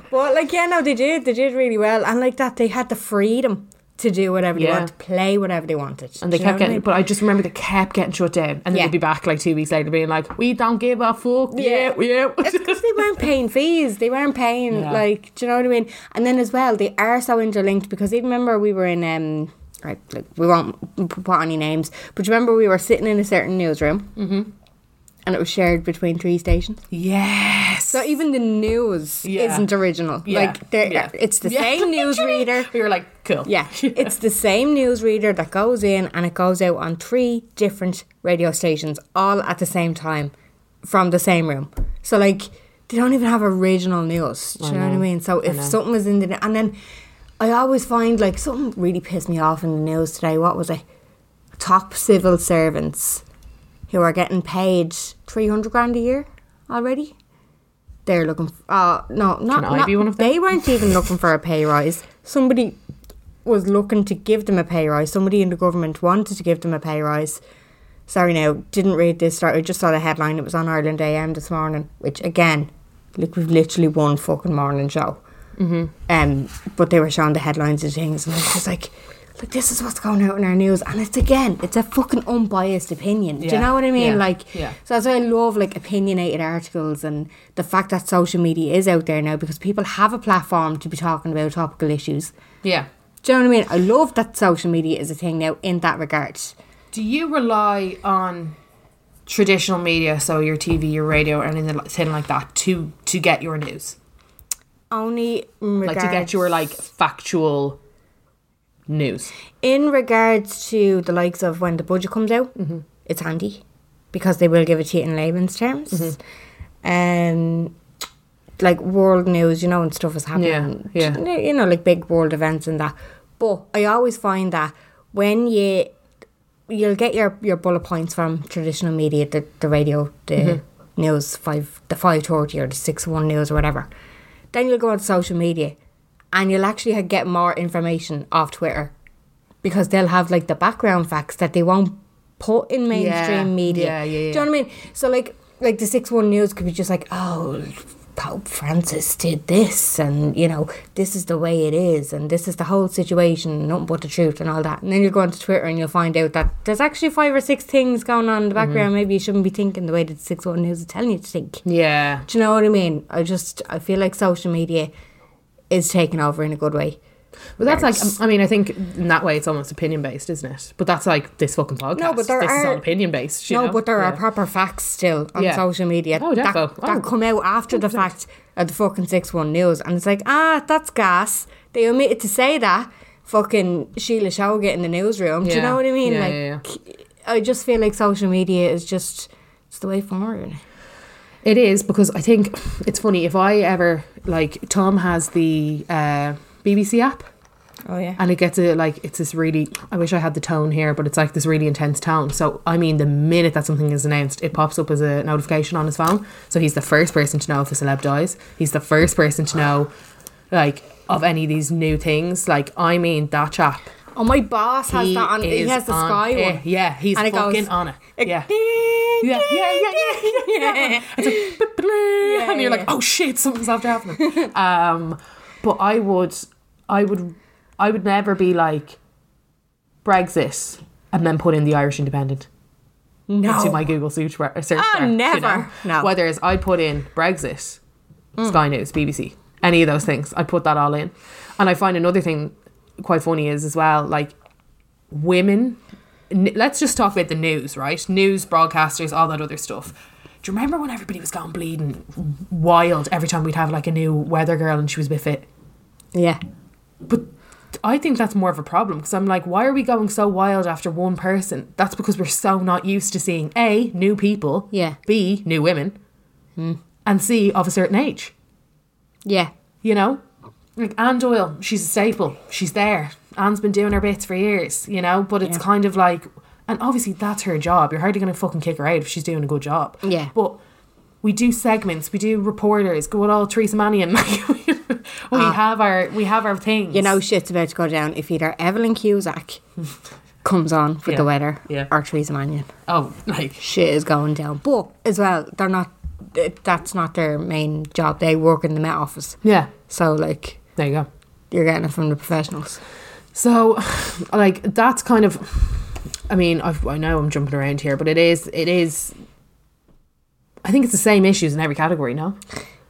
S2: But like, yeah, no, they did. They did really well, and like that, they had the freedom to do whatever they
S1: Yeah.
S2: wanted, play whatever they wanted.
S1: And they
S2: Do you know
S1: kept
S2: what I
S1: getting,
S2: mean?
S1: but I just remember they kept getting shut down, and then
S2: Yeah.
S1: they'd be back like two weeks later, being like, "We don't give a fuck." Yeah, <laughs>
S2: Yeah.
S1: yeah.
S2: It's because they weren't paying fees. They weren't paying
S1: Yeah.
S2: like, do you know what I mean? And then as well, they are so interlinked because even remember we were in um, right, look, we won't p- put any names, but do you remember we were sitting in a certain newsroom, mm-hmm. and it was shared between three stations.
S1: yes.
S2: So even the news
S1: Yeah.
S2: isn't original.
S1: Yeah.
S2: Like they're
S1: Yeah.
S2: it's the
S1: Yeah. <laughs>
S2: same newsreader.
S1: we were like, "Cool." <laughs>
S2: <laughs> Yeah, it's the same newsreader that goes in and it goes out on three different radio stations all at the same time from the same room. So, like, they don't even have original news. Do you know, what I mean? So, if something was in the. And then I always find, like, something really pissed me off in the news today. What was it? Top civil servants who are getting paid 300 grand a year already. They're looking. f uh, no, not.
S1: Can I
S2: not-
S1: be one of them?
S2: They weren't
S1: <laughs>
S2: even looking for a pay rise. Somebody was looking to give them a pay rise. Somebody in the government wanted to give them a pay rise. Sorry, now didn't read this. Start. I just saw the headline. It was on Ireland AM this morning. Which again, like we've literally one fucking morning show. Mm-hmm. Um, but they were showing the headlines and things, and I was just like, "Look, this is what's going out in our news." And it's again, it's a fucking unbiased opinion. Do
S1: Yeah,
S2: you know what I mean?
S1: yeah,
S2: Like,
S1: yeah.
S2: so that's why I love like opinionated articles and the fact that social media is out there now because people have a platform to be talking about topical issues.
S1: yeah.
S2: Do you know what I mean? I love that social media is a thing now in that regard.
S1: Do you rely on traditional media, so your TV, your radio, and anything like that, to to get your news,
S2: Only in
S1: like
S2: regards,
S1: to get your like factual news?
S2: in regards to the likes of when the budget comes out,
S1: Mm-hmm.
S2: it's handy because they will give it to you in layman's terms.
S1: Mm-hmm.
S2: Um, like world news, you know, and stuff is happening.
S1: Yeah,
S2: You know- You know, like big world events and that. But I always find that when you you'll get your, your bullet points from traditional media, the, the radio, the
S1: Mm-hmm.
S2: news five the five thirty or the six one news or whatever. Then you'll go on social media and you'll actually ha- get more information off Twitter because they'll have like the background facts that they won't put in mainstream media.
S1: yeah, yeah, yeah.
S2: Do you know what I mean? So like like the six one news could be just like, oh Pope Francis did this and you know, this is the way it is and this is the whole situation, nothing but the truth and all that. And then you'll go onto Twitter and you'll find out that there's actually five or six things going on in the background. Maybe you shouldn't be thinking the way that six one news is telling you to think.
S1: Yeah,
S2: Do you know what I mean? I just I feel like social media is taking over in a good way.
S1: but that's like, I mean, I think in that way it's almost opinion based, isn't it? But that's like this fucking podcast.
S2: No, but there
S1: this is
S2: are-
S1: all opinion based.
S2: No, but there are proper facts still on
S1: Yeah.
S2: social media
S1: Oh,
S2: that,
S1: defo. Oh.
S2: that come out after the fact of the fucking 6 1 news. And it's like, ah, that's gas. They omitted to say that. Fucking Sheila Shoga in the newsroom. Do you
S1: Yeah.
S2: know what I mean?
S1: Yeah,
S2: like,
S1: yeah,
S2: I I just feel like social media is just it's the way forward.
S1: It is because I think it's funny if I ever like Tom has the uh, BBC app
S2: Oh yeah.
S1: and it gets a like it's this really I wish I had the tone here but it's like this really intense tone so I mean the minute that something is announced it pops up as a notification on his phone so he's the first person to know if a celeb dies he's the first person to know like of any of these new things like I mean that chap
S2: oh my boss has
S1: he
S2: that on he
S1: is
S2: has the
S1: on
S2: sky
S1: it.
S2: one.
S1: yeah he's
S2: And it goes-
S1: fucking on it
S2: Like,
S1: yeah
S2: ding,
S1: yeah,
S2: ding,
S1: yeah, yeah,
S2: ding.
S1: yeah, yeah. yeah. <laughs> It's like, "Bip, blah,"
S2: Yeah,
S1: and you're
S2: yeah.
S1: like, oh shit, something's after happening. <laughs> um, but I would, I would, I would never be like Brexit and then put in the Irish Independent
S2: <laughs> No.
S1: into my Google search bar. Search
S2: Ah,
S1: bar, you
S2: never.
S1: know?
S2: No.
S1: Whether it's I put in Brexit, Sky News, BBC, any of those things, I put that all in. And I find another thing quite funny is as well, like women. n- Let's just talk about the news, right? News broadcasters, all that other stuff. Do you remember when everybody was gone bleeding wild every time we'd have like a new weather girl and she was a bit fit?
S2: yeah.
S1: But I think that's more of a problem because I'm like, why are we going so wild after one person? That's because we're so not used to seeing A, new people,
S2: Yeah. Hmm.
S1: B, new women, and C, of a certain age,
S2: Yeah.
S1: you know? Like Anne Doyle, she's a staple, she's there. Anne's been doing her bits for years, you know? But it's
S2: Yeah.
S1: kind of like, and obviously that's her job. You're hardly going to fucking kick her out if she's doing a good job.
S2: Yeah.
S1: But we do segments, we do reporters, go with all Teresa Mannion. <laughs> Like, we, we have our we have our things.
S2: Ah. You know shit's about to go down if either Evelyn Cusack comes on for
S1: Yeah.
S2: the weather
S1: Yeah.
S2: or Theresa Mannion.
S1: Oh, like
S2: Shit is going down. But as well, they're not th- that's not their main job. They work in the Met office.
S1: Yeah,
S2: So like
S1: there you go.
S2: you're getting it from the professionals.
S1: So, <sighs> like that's kind of, I mean, I've, I know I'm jumping around here, but it is, it is. I think it's the same issues in every category. No,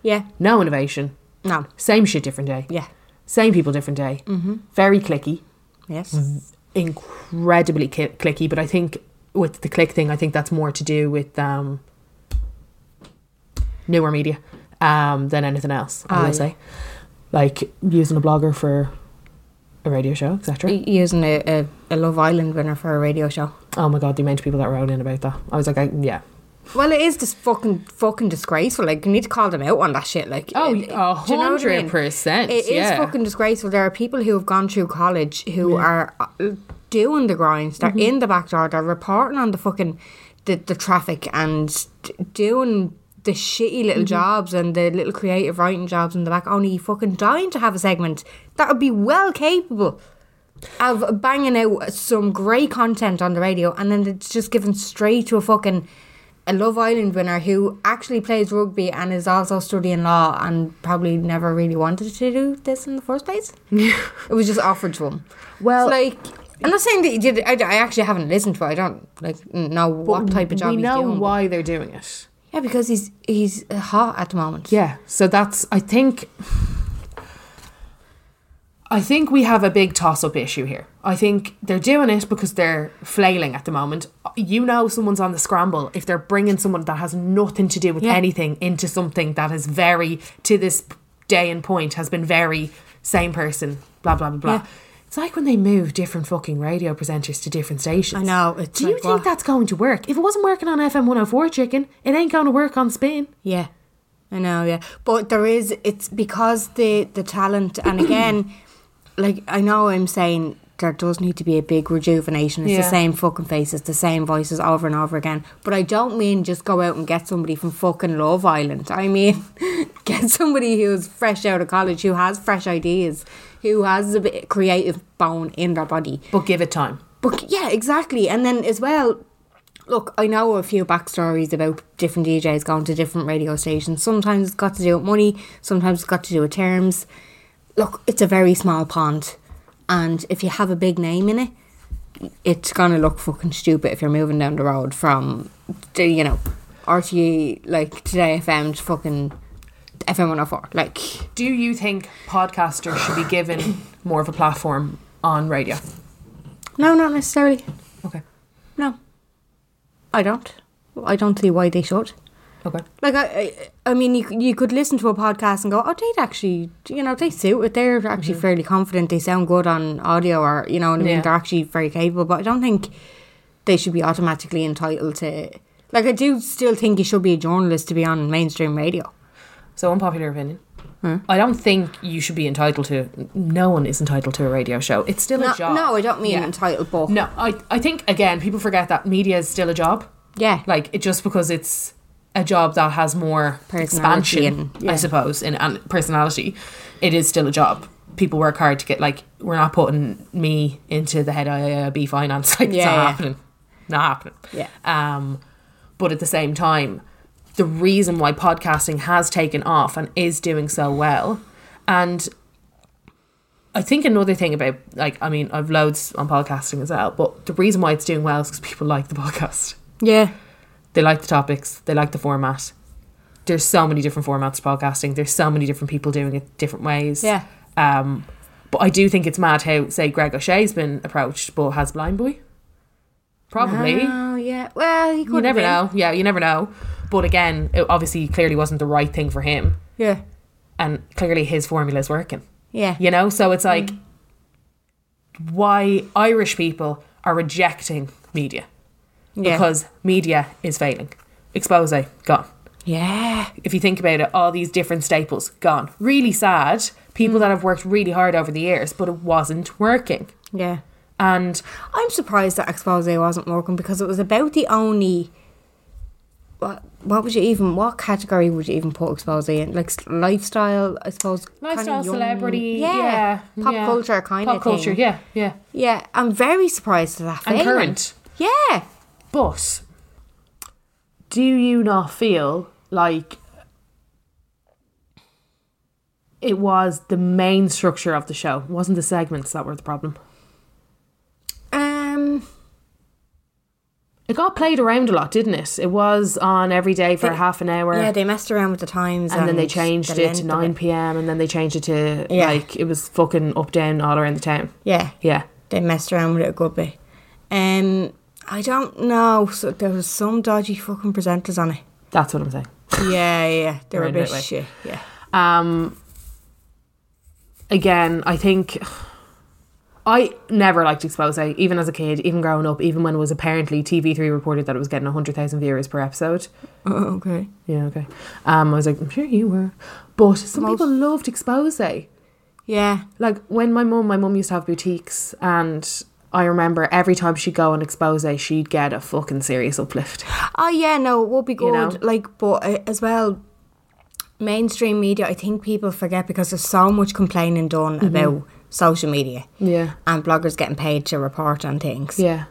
S2: Yeah.
S1: no innovation,
S2: No.
S1: same shit, different day.
S2: Yeah.
S1: Same people, different day. Mm-hmm. Very clicky, Mm-hmm.
S2: Yes.
S1: incredibly ki- clicky. But I think with the click thing, I think that's more to do with um, newer media um, than anything else. I
S2: Ah,
S1: will
S2: yeah.
S1: say, like using a blogger for a radio show, etc.
S2: Y- Using a, a, a Love Island winner for a radio show.
S1: Oh my god, the amount of people that wrote in about that. I was like, I, yeah.
S2: Well, it is just fucking fucking disgraceful. Like you need to call them out on that shit. Like
S1: Oh, y-
S2: uh,
S1: a
S2: do you know what I
S1: hundred
S2: mean?
S1: percent,
S2: It is
S1: yeah.
S2: fucking disgraceful. There are people who have gone through college who are uh, doing the grind.
S1: Mm-hmm.
S2: They're in the back door. They're reporting on the fucking the, the traffic and d- doing the shitty
S1: Mm-hmm.
S2: little jobs and the little creative writing jobs in the back. Only fucking dying to have a segment that would be well capable. Of banging out some great content on the radio, and then it's just given straight to a fucking a Love Island winner who actually plays rugby and is also studying law and probably never really wanted to do this in the
S1: <laughs>
S2: first place. it was just offered to him.
S1: Well-
S2: It's like I'm not saying that he did. I, I actually haven't listened to it. I don't like know what type of job
S1: we
S2: he's
S1: know
S2: doing. but-
S1: why they're doing it.
S2: Yeah, because he's he's hot at the moment.
S1: Yeah. So that's I think I think we have a big toss up issue here. I think they're doing it because they're flailing at the moment. You know someone's on the scramble if they're bringing someone that has nothing to do with
S2: Yeah.
S1: anything into something that is very to this day and point has been very same person blah blah blah blah.
S2: Yeah.
S1: It's like when they move different fucking radio presenters to different stations.
S2: I know, it's
S1: Do you
S2: like,
S1: think
S2: what?
S1: that's going to work? If it wasn't working on FM 104 chicken, it ain't going to work on Spin.
S2: Yeah, I know. Yeah, but there is. It's because the the talent, and again, like I know I'm saying there does need to be a big rejuvenation. It's
S1: Yeah.
S2: the same fucking faces, the same voices over and over again. But I don't mean just go out and get somebody from fucking Love Island. I mean, <laughs> get somebody who's fresh out of college, who has fresh ideas, who has a bit creative bone in their body.
S1: But give it time.
S2: But yeah, exactly. And then as well, look, I know a few backstories about different DJs going to different radio stations. Sometimes it's got to do with money, sometimes it's got to do with terms. Look, it's a very small pond. And if you have a big name in it, it's gonna look fucking stupid if you're moving down the road from, the, you know, RTE, like Today FM to fucking FM 104. Like,
S1: Do you think podcasters should be given more of a platform on radio?
S2: no, not necessarily.
S1: Okay.
S2: No. I don't. I don't see why they should.
S1: Okay.
S2: Like I, I, I mean, you c- you could listen to a podcast and go, oh, they'd actually, you know, they suit it. They're actually fairly confident. They sound good on audio, or you know, what I mean,
S1: Yeah.
S2: they're actually very capable. But I don't think they should be automatically entitled to. Like, I do still think you should be a journalist to be on mainstream radio.
S1: So unpopular opinion.
S2: Hmm.
S1: I don't think you should be entitled to. No one is entitled to a radio show. It's still
S2: No,
S1: a job.
S2: no, I don't mean
S1: Yeah.
S2: entitled, but
S1: No, I I think again people forget that media is still a job.
S2: Yeah.
S1: Like it just because it's a job that has more
S2: Personality
S1: expansion,
S2: and- yeah.
S1: I suppose, and, and personality, it is still a job. People work hard to get like we're not putting me into the head IAB finance. <laughs> Like it's
S2: Yeah,
S1: not
S2: yeah.
S1: happening. Not happening.
S2: Yeah.
S1: Um but at the same time, the reason why podcasting has taken off and is doing so well and I think another thing about like I mean I've loads on podcasting as well, but the reason why it's doing well is because people like the <laughs> podcast.
S2: yeah,
S1: They like the topics. They like the format. There's so many different formats of podcasting. There's so many different people doing it different ways.
S2: Yeah.
S1: Um, but I do think it's mad how say Greg O'Shea's been approached, but has Blind Boy. Probably.
S2: Oh yeah. Well, he could.
S1: You never
S2: been.
S1: know. Yeah, you never know. But again, it obviously clearly wasn't the right thing for him,
S2: Yeah.
S1: and clearly his formula is working.
S2: Yeah.
S1: You know, so it's like
S2: Mm.
S1: why Irish people are rejecting media
S2: Yeah.
S1: because media is failing. Expose gone.
S2: yeah.
S1: If you think about it, all these different staples gone. Really sad.
S2: Mm.
S1: People that have worked really hard over the years, but it wasn't working.
S2: Yeah.
S1: And
S2: I'm surprised that expose wasn't working because it was about the only. What, what would you even? What category would you even put expose in? Like s- lifestyle, I suppose. kinda
S1: lifestyle
S2: young-
S1: celebrity,
S2: Yeah.
S1: yeah,
S2: Pop
S1: yeah.
S2: culture kind
S1: Pop
S2: of thing.
S1: culture, yeah, yeah,
S2: Yeah, I'm very surprised at that.
S1: and
S2: failing.
S1: current.
S2: Yeah.
S1: But do you not feel like it was the main structure of the show? It wasn't the segments that were the problem?
S2: Um.
S1: It got played around a lot, didn't it? It was on every day for
S2: They-
S1: half an hour.
S2: Yeah, they messed around with the times,
S1: and then they
S2: the
S1: changed it
S2: length
S1: to
S2: of
S1: 9 p.m. and then they changed it to
S2: Yeah.
S1: like it was fucking up down all around the town.
S2: Yeah.
S1: Yeah.
S2: they messed around with it a good bit. Um, I don't know. So there was some dodgy fucking presenters on it.
S1: That's what I'm saying.
S2: Yeah, yeah, they were a
S1: Right,
S2: bit
S1: right, right.
S2: shit. Yeah,
S1: Um, again, I think I never liked Expose, even as a kid, even growing up, even when it was apparently TV3 reported that it was getting 100,000 viewers per episode.
S2: oh, okay.
S1: Yeah, okay. Um, I was like, I'm sure you were. But some
S2: Most-
S1: people loved Expose.
S2: Yeah,
S1: Like when my mum, my mum used to have boutiques, and I remember every time she'd go on Expose, she'd get a fucking serious uplift.
S2: oh yeah, no, it would be good.
S1: You know?
S2: Like, but uh, as well, mainstream media. I think people forget because there's so much complaining done about social media
S1: Yeah.
S2: and bloggers getting paid to report on things.
S1: Yeah.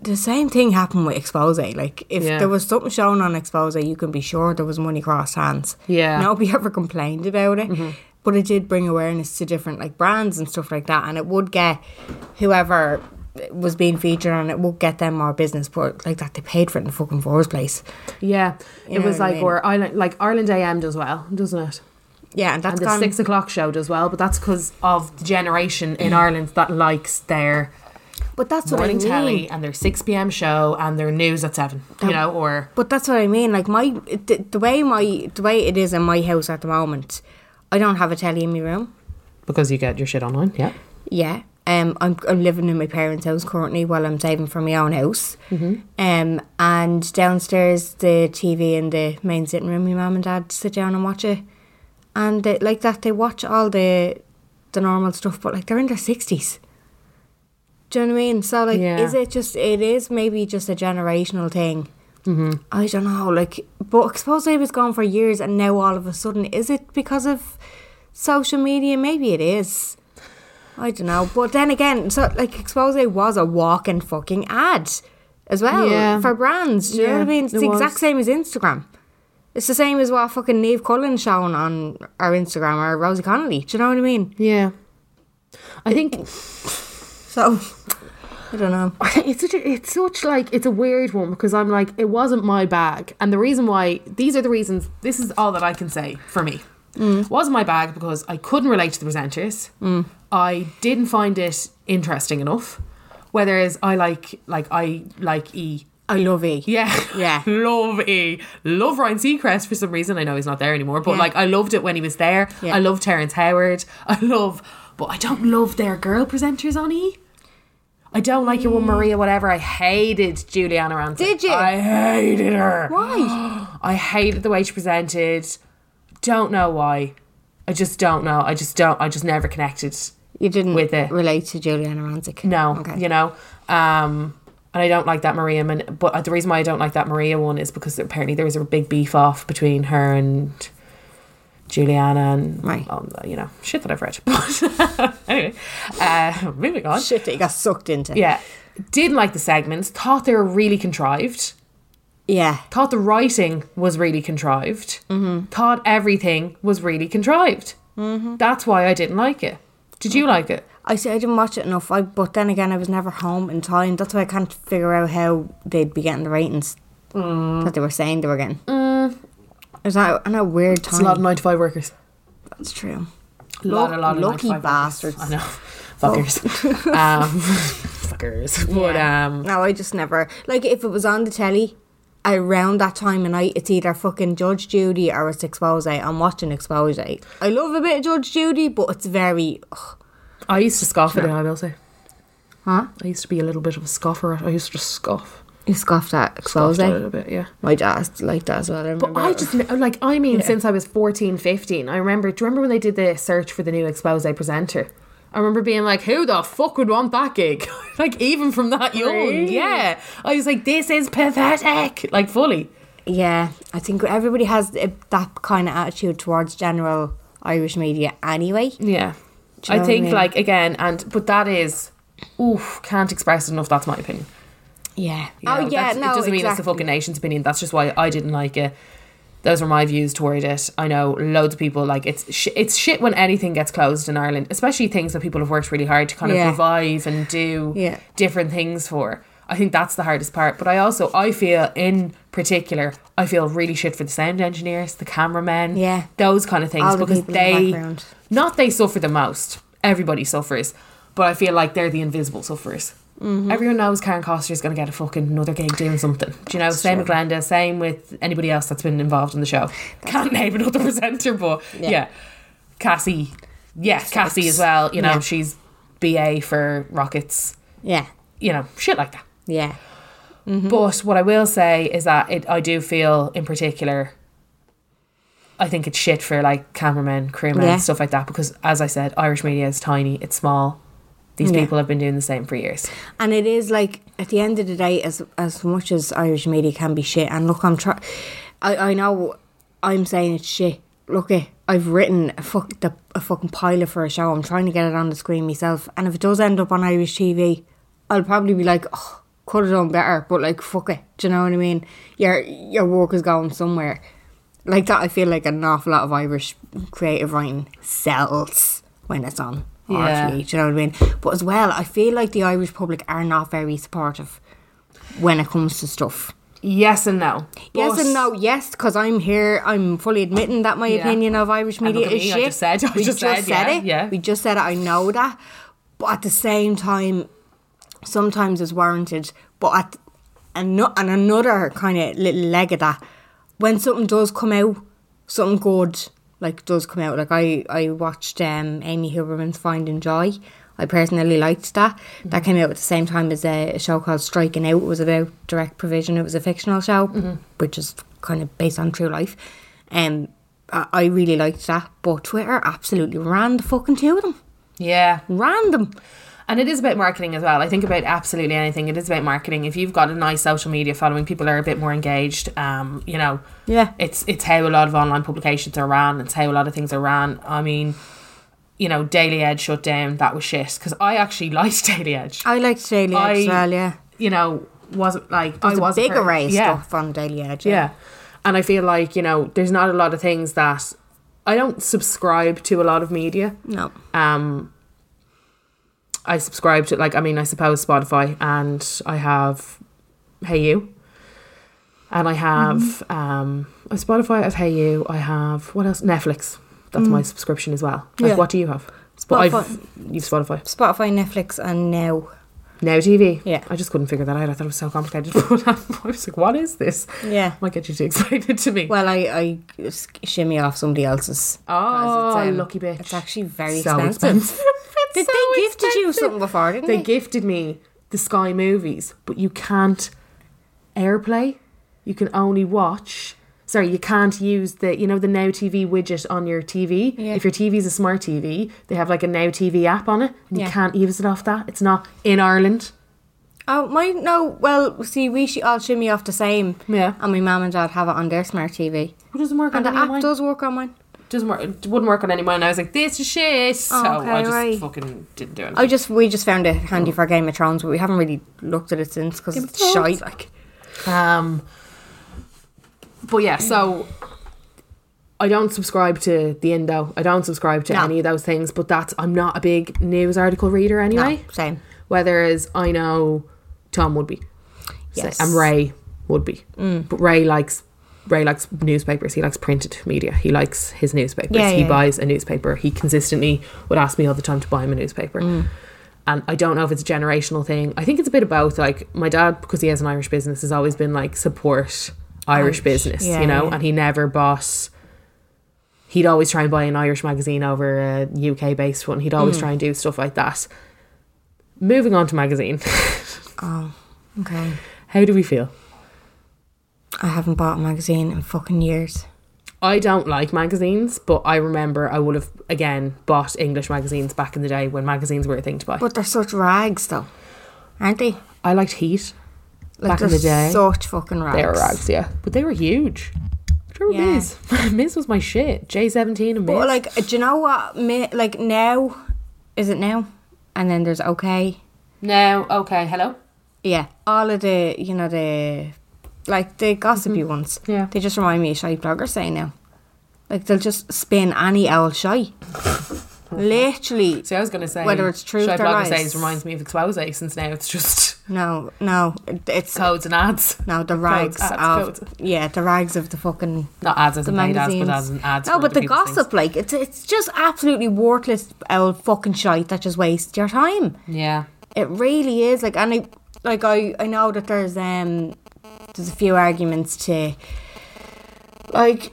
S2: The same thing happened with expose. Like, if
S1: Yeah.
S2: there was something shown on expose, you can be sure there was money crossed hands.
S1: Yeah. Mm-hmm.
S2: nobody <laughs> ever complained about it. But it did bring awareness to different like brands and stuff like that, and it would get whoever was being featured on it would get them more business. But like that, they paid for it in the fucking first place.
S1: Yeah.
S2: You
S1: it
S2: know
S1: was
S2: what I
S1: like,
S2: mean?
S1: or Ireland, like Ireland AM does well, doesn't it?
S2: Yeah, and that's
S1: and the
S2: gone.
S1: six o'clock show does well, but that's because of the generation in Ireland that likes their
S2: but that's what I
S1: morning
S2: mean.
S1: telly and their six pm show and their news at seven. You know, or
S2: But that's what I mean. Like my the, the way my the way it is in my house at the moment, I don't have a telly in my room.
S1: because you get your shit online. Yeah,
S2: Yeah. Um, I'm, I'm living in my parents' house currently while I'm saving for my own house. Mm-hmm. Um, and downstairs, the TV in the main sitting room, my mum and dad sit down and watch it. And they, like that, they watch all the the normal stuff, but like they're in their 60s. Do you know what I mean? So, like,
S1: Yeah.
S2: is it just, it is maybe just a generational thing. Mm-hmm. I don't know. Like, but expose was gone for years and now all of a sudden, is it because of social media? Maybe it is. I don't know. But then again, so like expose was a walking fucking ad as well
S1: Yeah.
S2: for brands. Do you know what I
S1: Yeah,
S2: mean? It's
S1: it
S2: the exact
S1: was.
S2: same as Instagram. It's the same as what fucking Neve Cullen's shown on our Instagram or Rosie Connolly. Do you know what I mean?
S1: yeah. I think
S2: So <laughs> I don't know.
S1: <laughs> it's such a, it's such like it's a weird one because I'm like it wasn't my bag, and the reason why these are the reasons. This is all that I can say for me.
S2: Mm.
S1: It wasn't my bag because I couldn't relate to the presenters. I didn't find it interesting enough. Whereas I like like I like E.
S2: I love E.
S1: Yeah.
S2: Yeah.
S1: <laughs> love E. Love Ryan Seacrest for some reason. I know he's not there anymore, but
S2: Yeah.
S1: like I loved it when he was there.
S2: Yeah.
S1: I <laughs> love Terrence Howard. I love, but I don't love their girl presenters on E. I don't like your one, Maria, whatever. I hated Juliana Ransom.
S2: Mm. Did you?
S1: I hated her.
S2: Why?
S1: <gasps> I hated the way she presented. Don't know why. I just don't know. I just don't. I just never connected.
S2: You didn't
S1: With it.
S2: relate to Juliana Rancic.
S1: No,
S2: Okay.
S1: you know. Um, and I don't like that Maria. Man- but uh, the reason why I don't like that Maria one is because apparently there was a big beef off between her and Juliana and
S2: Right.
S1: um, you know shit that I've read. <laughs> But anyway, uh, moving on.
S2: Shit that you got sucked into.
S1: Yeah, didn't like the segments. Thought they were really contrived.
S2: Yeah.
S1: Thought the writing was really contrived. Mm-hmm. Thought everything was really contrived. Mm-hmm. That's why I didn't like it. Did you like it?
S2: I say I didn't watch it enough. I but then again, I was never home in time. That's why I can't figure out how they'd be getting the ratings that they were saying they were getting. Mm. It was at, at a weird time.
S1: nine to five workers.
S2: That's true.
S1: lot,
S2: Luck-
S1: a lot of
S2: lucky
S1: 95
S2: bastards.
S1: I know, <laughs> fuckers, <laughs> um, fuckers. But um,
S2: No, I just never like if it was on the telly around that time of night. It's either fucking Judge Judy or it's Expose. I'm watching Expose. I love a bit of Judge Judy, but it's very ugh,
S1: I used to scoff at it. I will say, huh? I used to be a little bit of a scoffer. at it. I used to just scoff,
S2: you scoffed at Expose.
S1: scoffed at it a little bit, yeah.
S2: My dad's like that as well. I
S1: But
S2: remember.
S1: I just ne- like I mean, since I was 14, 15, I remember. Do you remember when they did the search for the new expose presenter? I remember being like, "Who the fuck would want that gig?" <laughs> like even from that young, yeah. I was like, "This is pathetic!" Like fully.
S2: Yeah, I think everybody has uh, that kind of attitude towards general Irish media anyway.
S1: Yeah.
S2: Do
S1: I
S2: you know what I
S1: think
S2: mean?
S1: like again and but that is oof, can't express it enough, that's my opinion.
S2: Yeah.
S1: You know,
S2: oh yeah,
S1: that's-
S2: no,
S1: it doesn't
S2: exactly.
S1: mean it's the fucking nation's opinion. That's just why I didn't like it. Those were my views toward it. I know loads of people like it's sh- it's shit when anything gets closed in Ireland, especially things that people have worked really hard to kind
S2: Yeah.
S1: of revive and do
S2: Yeah.
S1: different things for. I think that's the hardest part. But I also I feel in particular I feel really shit for the sound engineers, the cameramen,
S2: Yeah.
S1: those kind of things
S2: All the
S1: because
S2: people in the
S1: they
S2: background.
S1: not they suffer the most. Everybody suffers, but I feel like they're the invisible sufferers.
S2: Mm-hmm.
S1: Everyone knows Karen Coster is going to get a fucking another gig doing something. Do you know? same with Glenda. Same with anybody else that's been involved in the show. Can't name another <laughs> presenter, but yeah, Cassie. Yeah, Cassie as well. You know,
S2: Yeah.
S1: she's BA for Rockets.
S2: Yeah,
S1: You know, shit like that.
S2: yeah,
S1: But
S2: Mm-hmm.
S1: what I will say is that it, I do feel, in particular, I think it's shit for like cameramen, crewmen,
S2: Yeah.
S1: stuff like that. Because as I said, Irish media is tiny, it's small. These
S2: Yeah.
S1: people have been doing the same for years.
S2: and it is like at the end of the day, as as much as Irish media can be shit, and look, I'm trying. I know I'm saying it's shit. Look, it. I've written a fuck the, a fucking pilot for a show. I'm trying to get it on the screen myself, and if it does end up on Irish TV, I'll probably be like, oh, could have done better, but like, fuck it. Do you know what I mean? Your your work is going somewhere. Like that, I feel like an awful lot of Irish creative writing sells when it's on
S1: Yeah.
S2: RTE. Do you know what I mean? But as well, I feel like the Irish public are not very supportive when it comes to stuff.
S1: Yes and no.
S2: Yes
S1: But-
S2: and no. Yes, because I'm here. I'm fully admitting that my
S1: Yeah.
S2: opinion of Irish
S1: And look
S2: media
S1: at
S2: is
S1: me, I
S2: shit.
S1: just said- I
S2: we
S1: just said, yeah,
S2: it.
S1: yeah.
S2: We just said it. I know that, but at the same time, sometimes it's warranted. But at and no, and another kind of little leg of that, when something does come out, something good like does come out. Like I I watched um Amy Huberman's Finding Joy. I personally liked that. That came out at the same time as a, a show called Striking Out. It was about direct provision. It was a fictional show, which is kind of based on true life. Um, I, I really liked that. But Twitter absolutely ran the fucking two of them.
S1: Yeah.
S2: Ran them.
S1: And it is about marketing as well. I think about absolutely anything. It is about marketing. If you've got a nice social media following, people are a bit more engaged. Um, you know,
S2: Yeah.
S1: it's it's how a lot of online publications are ran. It's how a lot of things are ran. I mean, you know, Daily Edge shut down. That was shit because I actually <laughs> liked Daily Edge.
S2: I liked Daily Edge
S1: I-
S2: as well. Yeah,
S1: You know, wasn't like
S2: there's
S1: I
S2: a
S1: was
S2: big
S1: per-
S2: array of
S1: yeah.
S2: stuff on Daily Edge.
S1: Yeah. And I feel like, you know, there's not a lot of things that I don't subscribe to a lot of media.
S2: No.
S1: Um I subscribe to like I mean, I suppose Spotify and I have Hey You. And I have
S2: Mm-hmm.
S1: um I have Spotify, I have Hey You, I have what else? Netflix. That's my subscription as well. Like
S2: Mm. Yeah.
S1: what do you have? But
S2: Spotify.
S1: you've Spotify.
S2: Spotify, Netflix, and now.
S1: Now TV.
S2: Yeah.
S1: I just couldn't figure that out. I thought it was so complicated. <laughs> I was like, what is this?
S2: Yeah.
S1: Might get you to explain it to me.
S2: Well, I I sk- shimmy off somebody else's. 'cause
S1: Oh,
S2: it's, um,
S1: lucky bitch.
S2: It's actually very
S1: So
S2: expensive. <laughs>
S1: expensive.
S2: Did they gifted you something before? Didn't
S1: They
S2: they?
S1: gifted me the Sky movies, but you can't airplay. You can only watch. Sorry, you can't use the you know the Now TV widget on your TV.
S2: Yeah.
S1: If your TV is a smart TV, they have like a Now TV app on it, and
S2: Yeah.
S1: you can't use it off that. It's not in Ireland.
S2: Oh, my no. Well, see, we sh- all shimmy off the same.
S1: Yeah.
S2: And my mum and dad have it on their smart TV.
S1: It doesn't work
S2: And the
S1: on
S2: app
S1: any of mine.
S2: does work on mine.
S1: Doesn't work. It wouldn't work on any of mine. I was like, this is shit. so
S2: Oh, okay,
S1: I just
S2: right.
S1: fucking didn't do it.
S2: I just we just found it handy for Game of Thrones, but we haven't really looked at it since because
S1: Oh. Game of
S2: it's shite.
S1: Thrones. Um, but yeah, so I don't subscribe to the Indo. I don't subscribe to
S2: No.
S1: any of those things. But that's I'm not a big news article reader anyway.
S2: No, same.
S1: Whereas I know Tom would be, So-
S2: Yes. Mm.
S1: and Ray would be. But Ray likes Ray likes newspapers. He likes printed media. He likes his newspapers.
S2: Yeah,
S1: he
S2: yeah, yeah.
S1: buys a newspaper. He consistently would ask me all the time to buy him a newspaper.
S2: Mm.
S1: And I don't know if it's a generational thing. I think it's a bit of both. Like my dad, because he has an Irish business, has always been like support Irish, business,
S2: yeah,
S1: you know.
S2: yeah.
S1: And he never bought. He'd always try and buy an Irish magazine over a UK based one. He'd
S2: Mm.
S1: always try and do stuff like that. Moving on to magazine, <laughs>
S2: Oh, Okay.
S1: how do we feel?
S2: I haven't bought a magazine in fucking years.
S1: I don't like magazines, but I remember I would have again bought English magazines back in the day when magazines were a thing to buy.
S2: But they're such rags, though, aren't they?
S1: I liked Heat
S2: Like
S1: back in
S2: they're
S1: the day.
S2: such fucking rags.
S1: they were rags, yeah, but they were huge. Do you remember Miz? <laughs> Miz was my shit. J seventeen and Miz.
S2: But like, do you know what? Me, like now, is it now? And then there's okay.
S1: no, okay, hello.
S2: Yeah, all of the you know the like the gossipy ones.
S1: Mm-hmm. Yeah.
S2: they just remind me of shy bloggers saying now. Like they'll just spin any old shy.
S1: <laughs>
S2: Literally.
S1: See, I was gonna say
S2: Whether it's truth
S1: Shy
S2: or
S1: Blogger
S2: lies.
S1: Says reminds me of expose since now it's just <laughs>
S2: No, no, it- it's
S1: codes and ads,
S2: no the rags
S1: ads,
S2: of
S1: codes.
S2: yeah the rags of the fucking
S1: not ads as
S2: the
S1: in paid ads,
S2: magazines.
S1: but ads and ads.
S2: no,
S1: for
S2: but
S1: other
S2: the
S1: people's
S2: gossip like it's it's just absolutely worthless old fucking shite that just wastes your time.
S1: things. Yeah,
S2: It really is like, and I like I I know that there's um there's a few arguments to like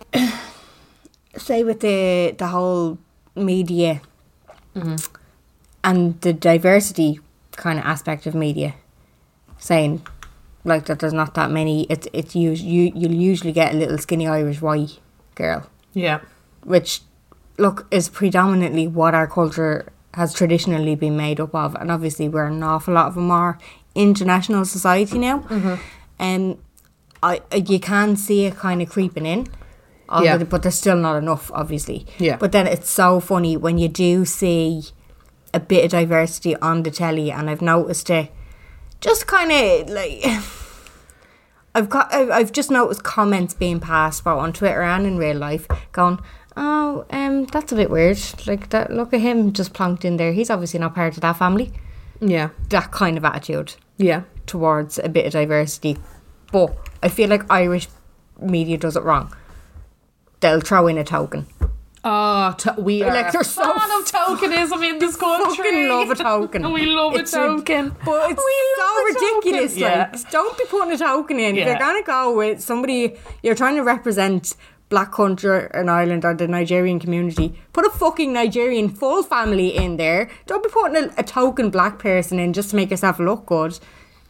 S2: <clears throat> say with the the whole media and the diversity kind of aspect of media saying like that there's not that many it's it's us- you you'll usually get a little skinny Irish white girl
S1: yeah,
S2: which look is predominantly what our culture has traditionally been made up of, and obviously we're an awful lot of a more international society now. Um, I I- you can see it kind of creeping in, although,
S1: Yeah.
S2: but there's still not enough, obviously.
S1: Yeah.
S2: But then it's so funny when you do see a bit of diversity on the telly, and I've noticed it. Just kind of like. <laughs> I've got I've, I've just noticed comments being passed about on Twitter and in real life going oh um that's a bit weird like that look at him just plonked in there he's obviously not part of that family
S1: yeah,
S2: that kind of attitude
S1: yeah.
S2: towards a bit of diversity but I feel like Irish media does it wrong they'll throw in a token
S1: Oh, to- we are
S2: Like,
S1: a
S2: they're so
S1: fan of tokenism in this country.
S2: fucking
S1: <laughs>
S2: love a token
S1: we love
S2: It's
S1: a token.
S2: but it's so
S1: love a token.
S2: ridiculous
S1: Yeah.
S2: like don't be putting a token in if
S1: Yeah.
S2: you're gonna go with somebody you're trying to represent black culture in Ireland or the Nigerian community put a fucking Nigerian full family in there don't be putting a, a token black person in just to make yourself look good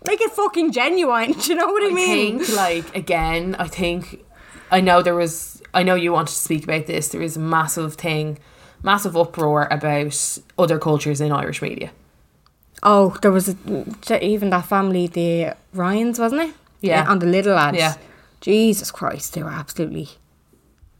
S2: make it fucking genuine <laughs> do you know what I,
S1: I
S2: mean
S1: think, like, again, I think, I know there was, I know you wanted to speak about this. There is a massive thing, massive uproar about other cultures in Irish media.
S2: oh there was a, even that family the Ryans wasn't it
S1: Yeah.
S2: on the little lads
S1: Yeah.
S2: Jesus Christ they were absolutely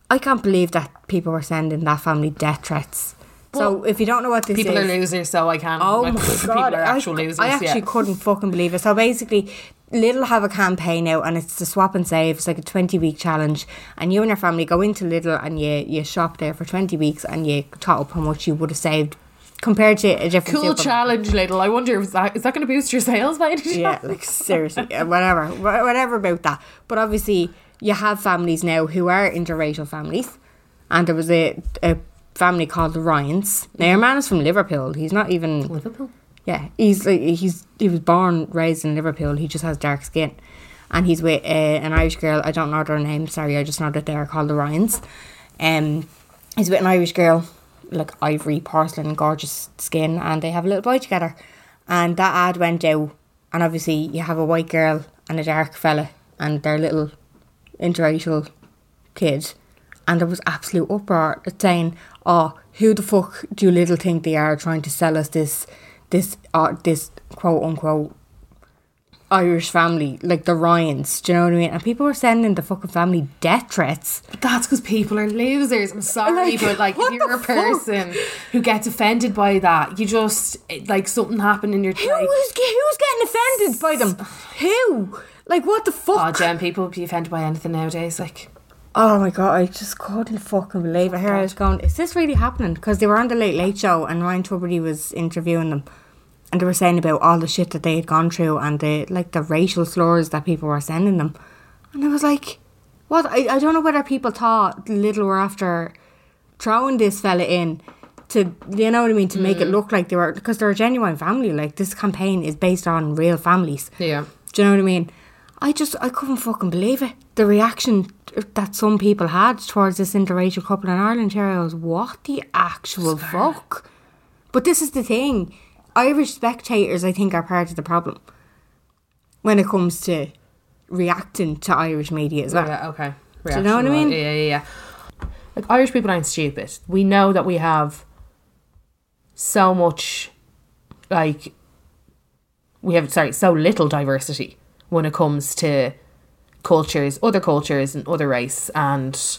S2: I can't believe that people were sending that family death threats so if you don't know what this
S1: People
S2: is
S1: are losers, so I can't.
S2: Oh
S1: like,
S2: my god!
S1: <laughs> People are
S2: I-
S1: actual losers.
S2: I actually
S1: yeah.
S2: couldn't fucking believe it. So basically, Lidl have a campaign out, and it's the swap and save. It's like a twenty week challenge, and you and your family go into Lidl and you you shop there for twenty weeks, and you tot up how much you would have saved compared to a different
S1: Cool
S2: supermarket.
S1: challenge, little. I wonder, is that, is that going to boost your sales by any chance?
S2: <laughs> Yeah, like seriously, uh, whatever, wha- whatever about that. But obviously, you have families now who are interracial families, and there was a, a family called the Ryans. Now, your man is from Liverpool. He's not even Liverpool. Yeah, he's like he's he was born raised in Liverpool. He just has dark skin, and he's with uh, an Irish girl. I don't know their name. Sorry, I just know that they are called the Ryans. Um, he's with an Irish girl, like ivory porcelain, gorgeous skin, and they have a little boy together. And that ad went out and obviously you have a white girl and a dark fella and their little interracial kid, and there was absolute uproar saying, "Oh, who the fuck do you little think they are trying to sell us this, this, uh, this quote unquote." Irish family, like the Ryans, do you know what I mean? And people were sending the fucking family death threats.
S1: But that's because people are losers. I'm sorry,
S2: Like,
S1: but like if
S2: what
S1: you're
S2: the
S1: a person who gets offended by that, you just it- like something happened in your
S2: Who
S1: like,
S2: was who's getting offended by them? Who? Like what the
S1: Oh,
S2: fuck?
S1: Jen, people would be offended by anything nowadays. Like,
S2: Oh my god, I just couldn't fucking believe it. Here I was going, is this really happening? Because they were on the Late Late Show and Ryan Tuberty was interviewing them, and they were saying about all the shit that they had gone through and the like the racial slurs that people were sending them, and I was like, what? I, I don't know whether people thought little were after throwing this fella in to you know what I mean to make it look like they were because they're a genuine family. Like this campaign is based on real families.
S1: Yeah.
S2: Do you know what I mean? I just I couldn't fucking believe it. The reaction that some people had towards this interracial couple in Ireland here, I was what the actual fuck. But this is the thing. Irish spectators I think are part of the problem when it comes to reacting to Irish media as well.
S1: yeah, okay.
S2: you know what I
S1: Reaction
S2: mean?
S1: wise. Yeah, yeah, yeah. Like Irish people aren't stupid. We know that we have so much, like, we have sorry, so little diversity when it comes to cultures, other cultures, and other race, and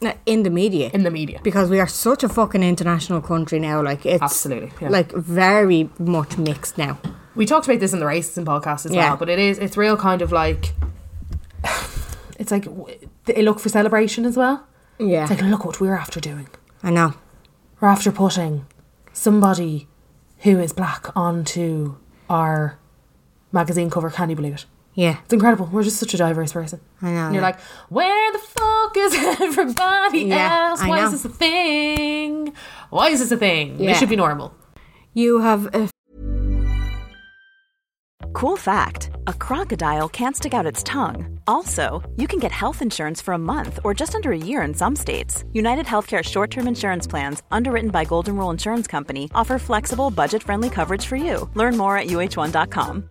S2: Now, In the media.
S1: in the media.
S2: because we are such a fucking international country now. Like it's
S1: Absolutely, yeah.
S2: like very much mixed now.
S1: we talked about this in the racism podcast as
S2: Yeah.
S1: well, but it is it's real kind of like <sighs> it's like w- they look for celebration as well.
S2: Yeah,
S1: It's like look what we're after doing.
S2: I know.
S1: We're after putting somebody who is black onto our magazine cover. Can you believe it?
S2: Yeah,
S1: It's incredible. We're just such a diverse person.
S2: I know,
S1: And you're
S2: yeah.
S1: like, where the fuck is <laughs> everybody
S2: Yeah,
S1: else?
S2: I
S1: Why
S2: know.
S1: is this a thing? Why is this a thing?
S2: Yeah.
S1: It should be normal.
S2: you have a
S3: Cool fact a crocodile can't stick out its tongue. Also, you can get health insurance for a month or just under a year in some states. United Healthcare short term insurance plans, underwritten by Golden Rule Insurance Company, offer flexible, budget friendly coverage for you. Learn more at uh1.com.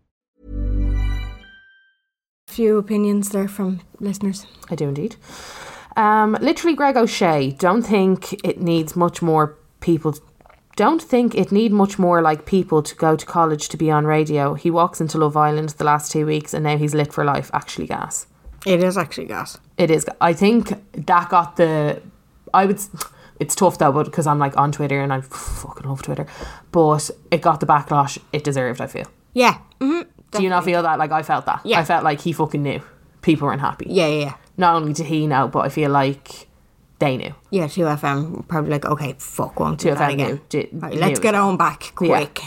S2: few opinions there from listeners.
S1: I do indeed. Um, literally, Greg O'Shea. Don't think it needs much more people. Don't think it need much more like people to go to college to be on radio. He walks into Love Island the last two weeks, and now he's lit for life. Actually, gas.
S2: It is actually gas.
S1: It is. I think that got the. I would. s- It's tough though, but because I'm like on Twitter and I fucking love Twitter, but it got the backlash it deserved. I feel.
S2: Yeah. Mm-hmm.
S1: Do you not feel that? Like I felt that.
S2: Yeah.
S1: I felt like he fucking knew people weren't happy.
S2: Yeah, yeah, yeah.
S1: Not only did he know, but I feel like they knew.
S2: Yeah, 2FM were probably like, okay, fuck, won't do
S1: 2FM
S2: that again.
S1: knew- did-
S2: Right, let's
S1: knew.
S2: get on back quick.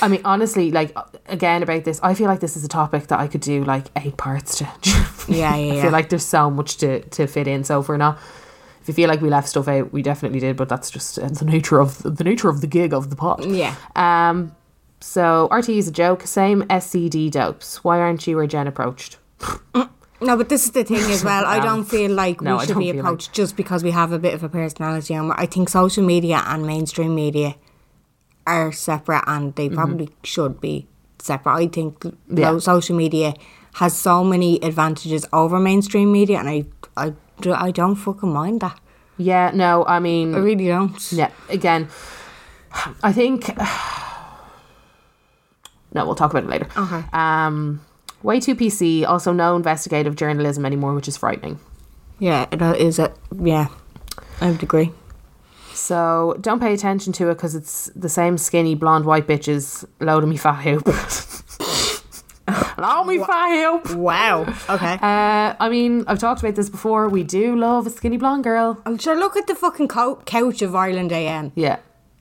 S1: I mean, honestly, like again about this, I feel like this is a topic that I could do like eight parts to. <laughs>
S2: Yeah, yeah,
S1: I
S2: yeah.
S1: feel like there's so much to to fit in. So if we're not, if you feel like we left stuff out, we definitely did. But that's just uh, the nature of the, the nature of the gig of the pod.
S2: Yeah.
S1: Um. So RT is a joke. Same SCD dopes. Why aren't you or Jen
S2: <laughs>
S1: approached?
S2: No, but this is the thing as well. I don't feel like
S1: No, I
S2: we should
S1: don't
S2: be
S1: feel like-
S2: approached just because we have a bit of a personality. And I think social media and mainstream media are separate and they probably should be separate. I think though social media has so many advantages over mainstream media and I, I, do- I don't fucking mind that.
S1: Yeah. No. I mean,
S2: I really don't.
S1: Yeah, again, I think. <sighs> No, we'll talk about it later.
S2: Okay.
S1: Um, way too PC. Also, no investigative journalism anymore, which is frightening.
S2: Yeah, that is it. Yeah, I would agree.
S1: So don't pay attention to it because it's the same skinny blonde white bitches loading me fat hoop. <laughs> Load me fat hoop.
S2: Wow. <laughs> Okay.
S1: Uh, I mean, I've talked about this before. We do love a skinny blonde girl.
S2: I'm sure. Um, Look at the fucking co- couch of Ireland AM.
S1: Yeah.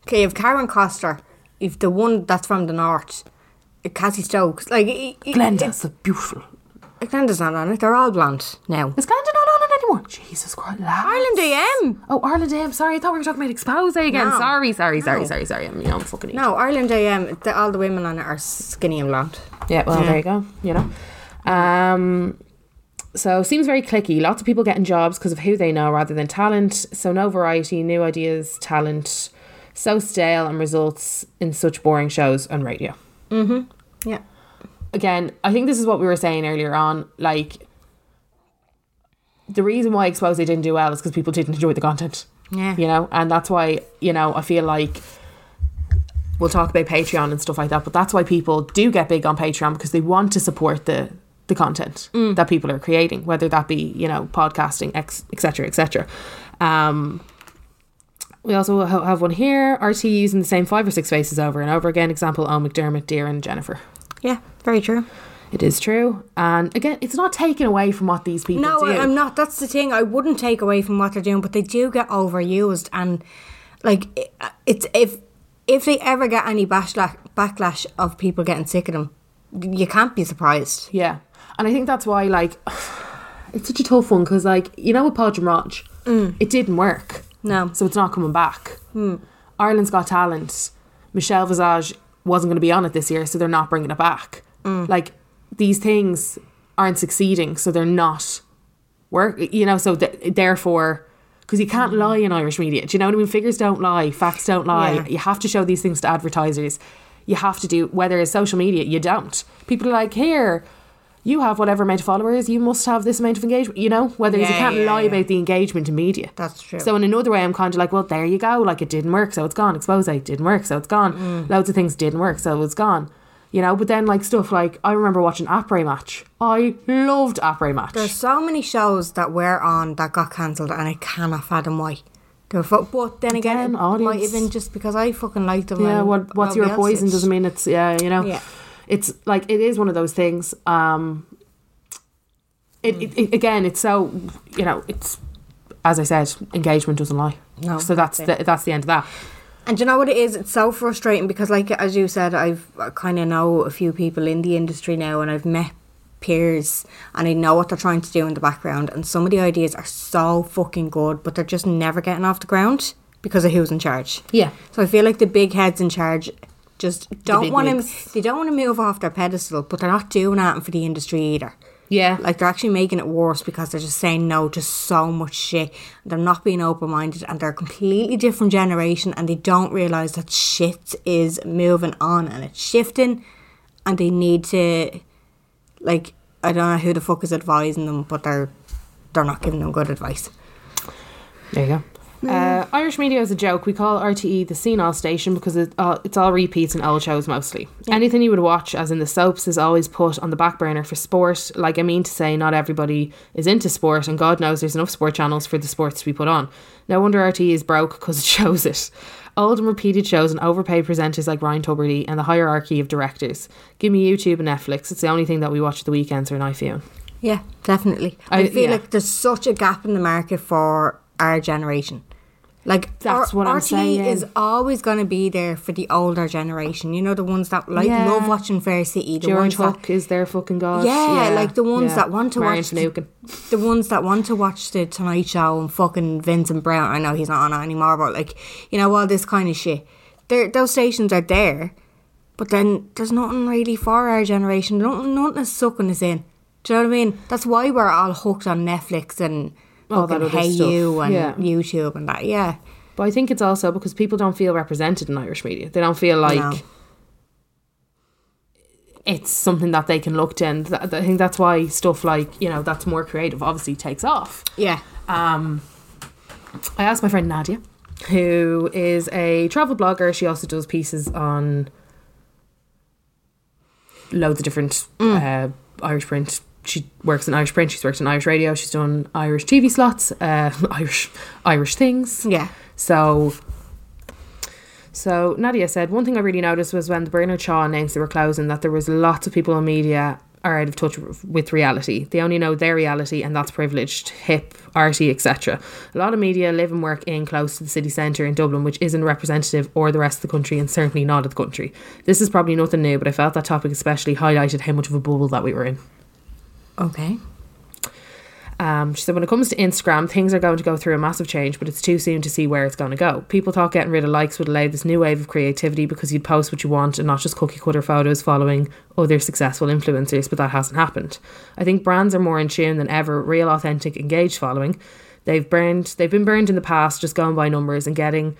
S2: Okay, you have Karen Coster, you have the one that's from the north, Cassie Stokes. Like i- i-
S1: Glenda's the beautiful.
S2: it- Glenda's not on it. They're all blonde now.
S1: Is Glenda not on it anymore? Jesus Christ, lads.
S2: Ireland AM.
S1: Oh, Ireland AM. Sorry, I thought we were talking about expose again.
S2: No.
S1: Sorry, sorry, sorry,
S2: No.
S1: sorry, sorry. I'm, you know, I'm fucking. No.
S2: No, Ireland AM. The, all the women on it are skinny and blonde.
S1: Yeah. Well, there you go. You know. Um. So seems very clicky. Lots of people getting jobs because of who they know rather than talent. So no variety, new ideas, talent. So stale and results in such boring shows on radio.
S2: Mm-hmm. Yeah.
S1: again, I think this is what we were saying earlier on. Like, the reason why Expose didn't do well is because people didn't enjoy the content.
S2: Yeah.
S1: You know, and that's why, you know, I feel like we'll talk about Patreon and stuff like that, but that's why people do get big on Patreon because they want to support the the content
S2: Mm.
S1: that people are creating, whether that be, you know, podcasting, ex- et cetera, et cetera. Um, we also ha- have one here. RT using the same five or six faces over and over again. Example, O McDermott, Dear and Jennifer.
S2: Yeah. Very true.
S1: It is true. And again, it's not taken away from what these people
S2: No,
S1: do.
S2: I, I'm not. That's the thing. I wouldn't take away from what they're doing, but they do get overused, and like it, it's if if they ever get any backlash backlash of people getting sick of them, you can't be surprised.
S1: Yeah. And I think that's why, like, <sighs> it's such a tough one because, like, you know, with Podge and Raj, it didn't work.
S2: Mm. No.
S1: So it's not coming back. Ireland's Got Talent. Michelle Visage wasn't going to be on it this year, so they're not bringing it back.
S2: Mm.
S1: Like, these things aren't succeeding, so they're not work. You know, so th- therefore, because you
S2: Mm.
S1: can't lie in Irish media. Do you know what I mean? Figures don't lie, facts don't lie.
S2: Yeah.
S1: You have to show these things to advertisers. You have to do whether it's social media. You don't. People are like, here, you have whatever amount of followers. You must have this amount of engagement. You know, whether it's- you
S2: Yeah,
S1: can't
S2: yeah,
S1: lie
S2: yeah.
S1: about the engagement in media.
S2: That's true.
S1: So in another way, I'm kind of like, well, there you go. Like it didn't work, so it's gone. Expose didn't work, so it's gone.
S2: Mm.
S1: Loads of things didn't work, so it's gone. You know, but then like stuff like I remember watching Apre match. I loved Apre match.
S2: There's so many shows that were on that got cancelled, and I cannot fathom why. They were fu- but then again,
S1: Again,
S2: it might
S1: audience.
S2: have been just because I fucking liked them.
S1: Yeah,
S2: and
S1: what what's
S2: nobody
S1: your
S2: else
S1: poison
S2: did.
S1: doesn't mean it's yeah, you know.
S2: Yeah.
S1: It's like it is one of those things. Um
S2: Mm.
S1: it, it, it again, it's so you know, it's as I said, engagement doesn't lie.
S2: No,
S1: so that's the,
S2: exactly.
S1: that's the end of that.
S2: And do you know what it is? It's so frustrating because, like as you said, I've kind of know a few people in the industry now, and I've met peers, and I know what they're trying to do in the background. And some of the ideas are so fucking good, but they're just never getting off the ground because of who's in charge.
S1: Yeah.
S2: So I feel like the big heads in charge just don't
S1: big
S2: want
S1: wigs.
S2: to. They don't want to move off their pedestal, but they're not doing anything for the industry either.
S1: Yeah.
S2: Like they're actually making it worse because they're just saying no to so much shit. They're not being open minded and they're a completely different generation and they don't realise that shit is moving on and it's shifting and they need to like I don't know who the fuck is advising them, but they're they're not giving them good advice.
S1: There you go. Uh, Irish media is a joke. We call RTE the senile station because it, uh, it's all repeats and old shows mostly. Anything you would watch, as in the soaps, is always put on the back burner for sport. Like I mean to say, not everybody is into sport, and God knows there's enough sport channels for the sports to be put on. No wonder RTE is broke because it <laughs> shows it. Old and repeated shows and overpaid presenters like Ryan Tuberty and the hierarchy of directors. Give me YouTube and Netflix. It's the only thing that we watch at the weekends or an iPhone.
S2: Yeah, definitely.
S1: I-
S2: I, feel
S1: yeah.
S2: like there's such a gap in the market for our generation. Like
S1: That's
S2: R-
S1: what I'm
S2: RTE
S1: saying.
S2: is always going to be there for the older generation. You know the ones that like
S1: Yeah.
S2: love watching Fair City, the
S1: George
S2: ones that,
S1: Hook is their fucking god.
S2: Yeah, like the ones that want to
S1: Marion
S2: watch the-
S1: Finucane.
S2: the ones that want to watch the Tonight Show and fucking Vincent Brown. I know he's not on it anymore, but like you know all this kind of shit. There, those stations are there, but then there's nothing really for our generation. Nothing, nothing is sucking us in. Do you know what I mean? That's why we're all hooked on Netflix and
S1: All that
S2: fucking
S1: other
S2: Hey
S1: stuff,
S2: You and
S1: yeah.
S2: YouTube and that. Yeah,
S1: But I think it's also because people don't feel represented in Irish media. They don't feel like
S2: No.
S1: it's something that they can look to. And th- th- I think that's why stuff like, you know, that's more creative obviously takes off.
S2: yeah.
S1: Um, I asked my friend Nadia, who is a travel blogger. She also does pieces on loads of different uh, Irish print. She works in Irish print. She's worked in Irish radio. She's done Irish TV slots, uh, <laughs> Irish Irish things.
S2: Yeah.
S1: So. So Nadia said one thing I really noticed was when the Bernard Shaw announced they were closing that there was lots of people in media are out of touch with reality. They only know their reality, and that's privileged, hip, arty, etc. A lot of media live and work in close to the city centre in Dublin, which isn't representative or the rest of the country, and certainly not of the country. This is probably nothing new, but I felt that topic especially highlighted how much of a bubble that we were in.
S2: Okay.
S1: Um, she said, when it comes to Instagram, things are going to go through a massive change, but it's too soon to see where it's going to go. People thought getting rid of likes would allow this new wave of creativity because you'd post what you want and not just cookie cutter photos following other successful influencers, but that hasn't happened. I think brands are more in tune than ever, real, authentic, engaged following. They've burned, they've been burned in the past, just going by numbers and getting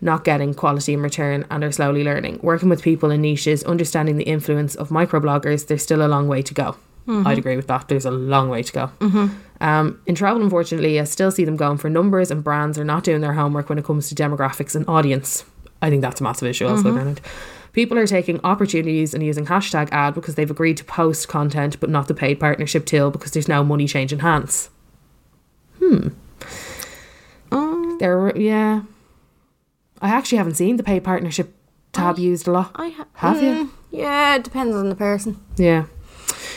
S1: not getting quality in return and are slowly learning. Working with people in niches, understanding the influence of microbloggers, there's still a long way to go. I'd agree with that. There's a long way to go. Um, in travel, unfortunately, I still see them going for numbers, and brands are not doing their homework when it comes to demographics and audience. I think that's a massive issue, also, Bernard. People are taking opportunities and using hashtag ad because they've agreed to post content, but not the paid partnership till because there's no money changing hands. Hmm. there, yeah. I actually haven't seen the paid partnership tab used a lot.
S2: I ha- Mm.
S1: have you?
S2: Yeah, it depends on the person.
S1: Yeah.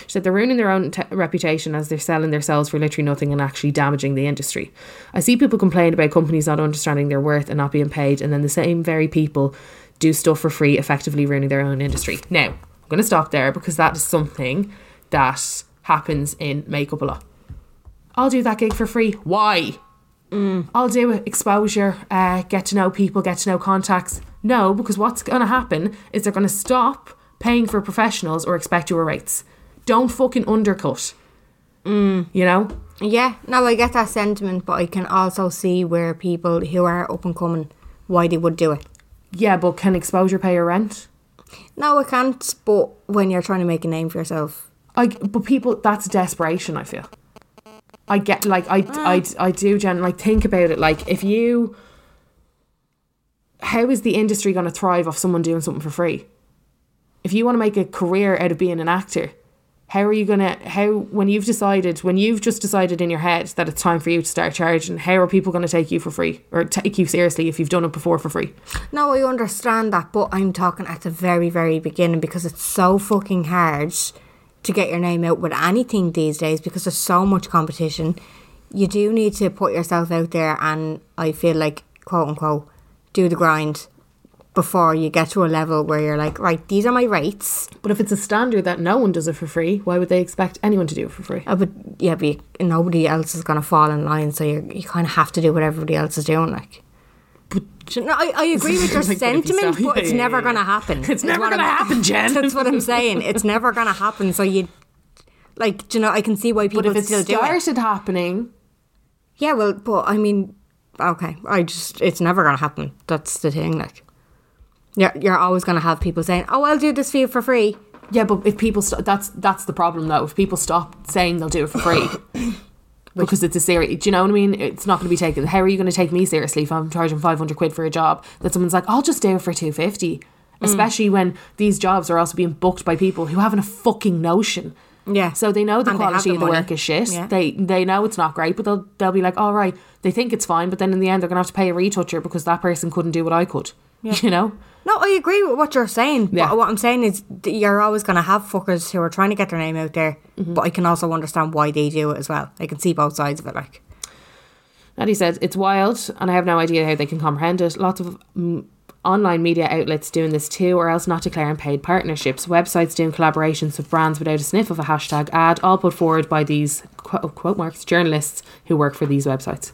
S1: She said they're ruining their own t- reputation as they're selling themselves for literally nothing and actually damaging the industry. I see people complain about companies not understanding their worth and not being paid, and then the same very people do stuff for free, effectively ruining their own industry. Now, I'm going to stop there because that is something that happens in makeup a lot. I'll do that gig for free. Why? I'll do it. exposure, uh, get to know people, get to know contacts. No, because what's going to happen is they're going to stop paying for professionals or expect your rates. Don't fucking undercut. You know?
S2: Yeah, no, I get that sentiment, but I can also see where people who are up and coming why they would do it.
S1: Yeah, but can exposure pay your rent?
S2: No, I can't. But when you're trying to make a name for yourself,
S1: I, but people, that's desperation, I feel. I get, like, I, I, I do, Jen, like, think about it. Like, if you. How is the industry going to thrive off someone doing something for free? If you want to make a career out of being an actor, how are you going to, how, when you've decided, when you've just decided in your head that it's time for you to start charging, how are people going to take you for free or take you seriously if you've done it before for free?
S2: no, I understand that. But I'm talking at the very, very beginning because it's so fucking hard to get your name out with anything these days because there's so much competition. You do need to put yourself out there, and I feel like quote unquote do the grind before you get to a level where you're like, right, these are my rates.
S1: But if it's a standard that no one does it for free, why would they expect anyone to do it for free?
S2: Uh, but yeah, but you, nobody else is gonna fall in line, so you you kind of have to do what everybody else is doing. Like, but no, I, I agree <laughs> with your
S1: Like, but if you
S2: sentiment,
S1: sell-
S2: but
S1: yeah,
S2: it's
S1: yeah,
S2: never
S1: yeah,
S2: gonna happen. It's
S1: never gonna happen, Jen.
S2: <laughs> That's what I'm saying. It's never gonna happen. So you, like, do you know, I can see why people
S1: But if it
S2: still do it.
S1: started happening,
S2: Yeah, well, but I mean, okay, I just it's never gonna happen. That's the thing. Like, you're you're always gonna have people saying, "Oh, I'll do this for you for free."
S1: yeah, but if people st- that's that's the problem though. If people stop saying they'll do it for
S2: <coughs>
S1: free because it's a series, do you know what I mean? It's not going to be taken. How are you going to take me seriously if I'm charging five hundred quid for a job that someone's like, I'll just do it for two
S2: Mm.
S1: fifty? Especially when these jobs are also being booked by people who haven't a fucking notion.
S2: Yeah.
S1: So they know the
S2: And they have
S1: quality
S2: the
S1: of the
S2: money.
S1: work is shit.
S2: Yeah.
S1: They they know it's not great, but they'll they'll be like, all right, they think it's fine, but then in the end they're gonna have to pay a retoucher because that person couldn't do what I could. <laughs> You know.
S2: No, I agree with what you're saying.
S1: Yeah.
S2: But what I'm saying is that you're always going to have fuckers who are trying to get their name out there.
S1: Mm-hmm.
S2: But I can also understand why they do it as well. I can see both sides of it. Like,
S1: And he said, It's wild, and I have no idea how they can comprehend it. Lots of mm, online media outlets doing this too, or else not declaring paid partnerships. Websites doing collaborations with brands without a sniff of a hashtag ad, all put forward by these quote, quote marks journalists who work for these websites.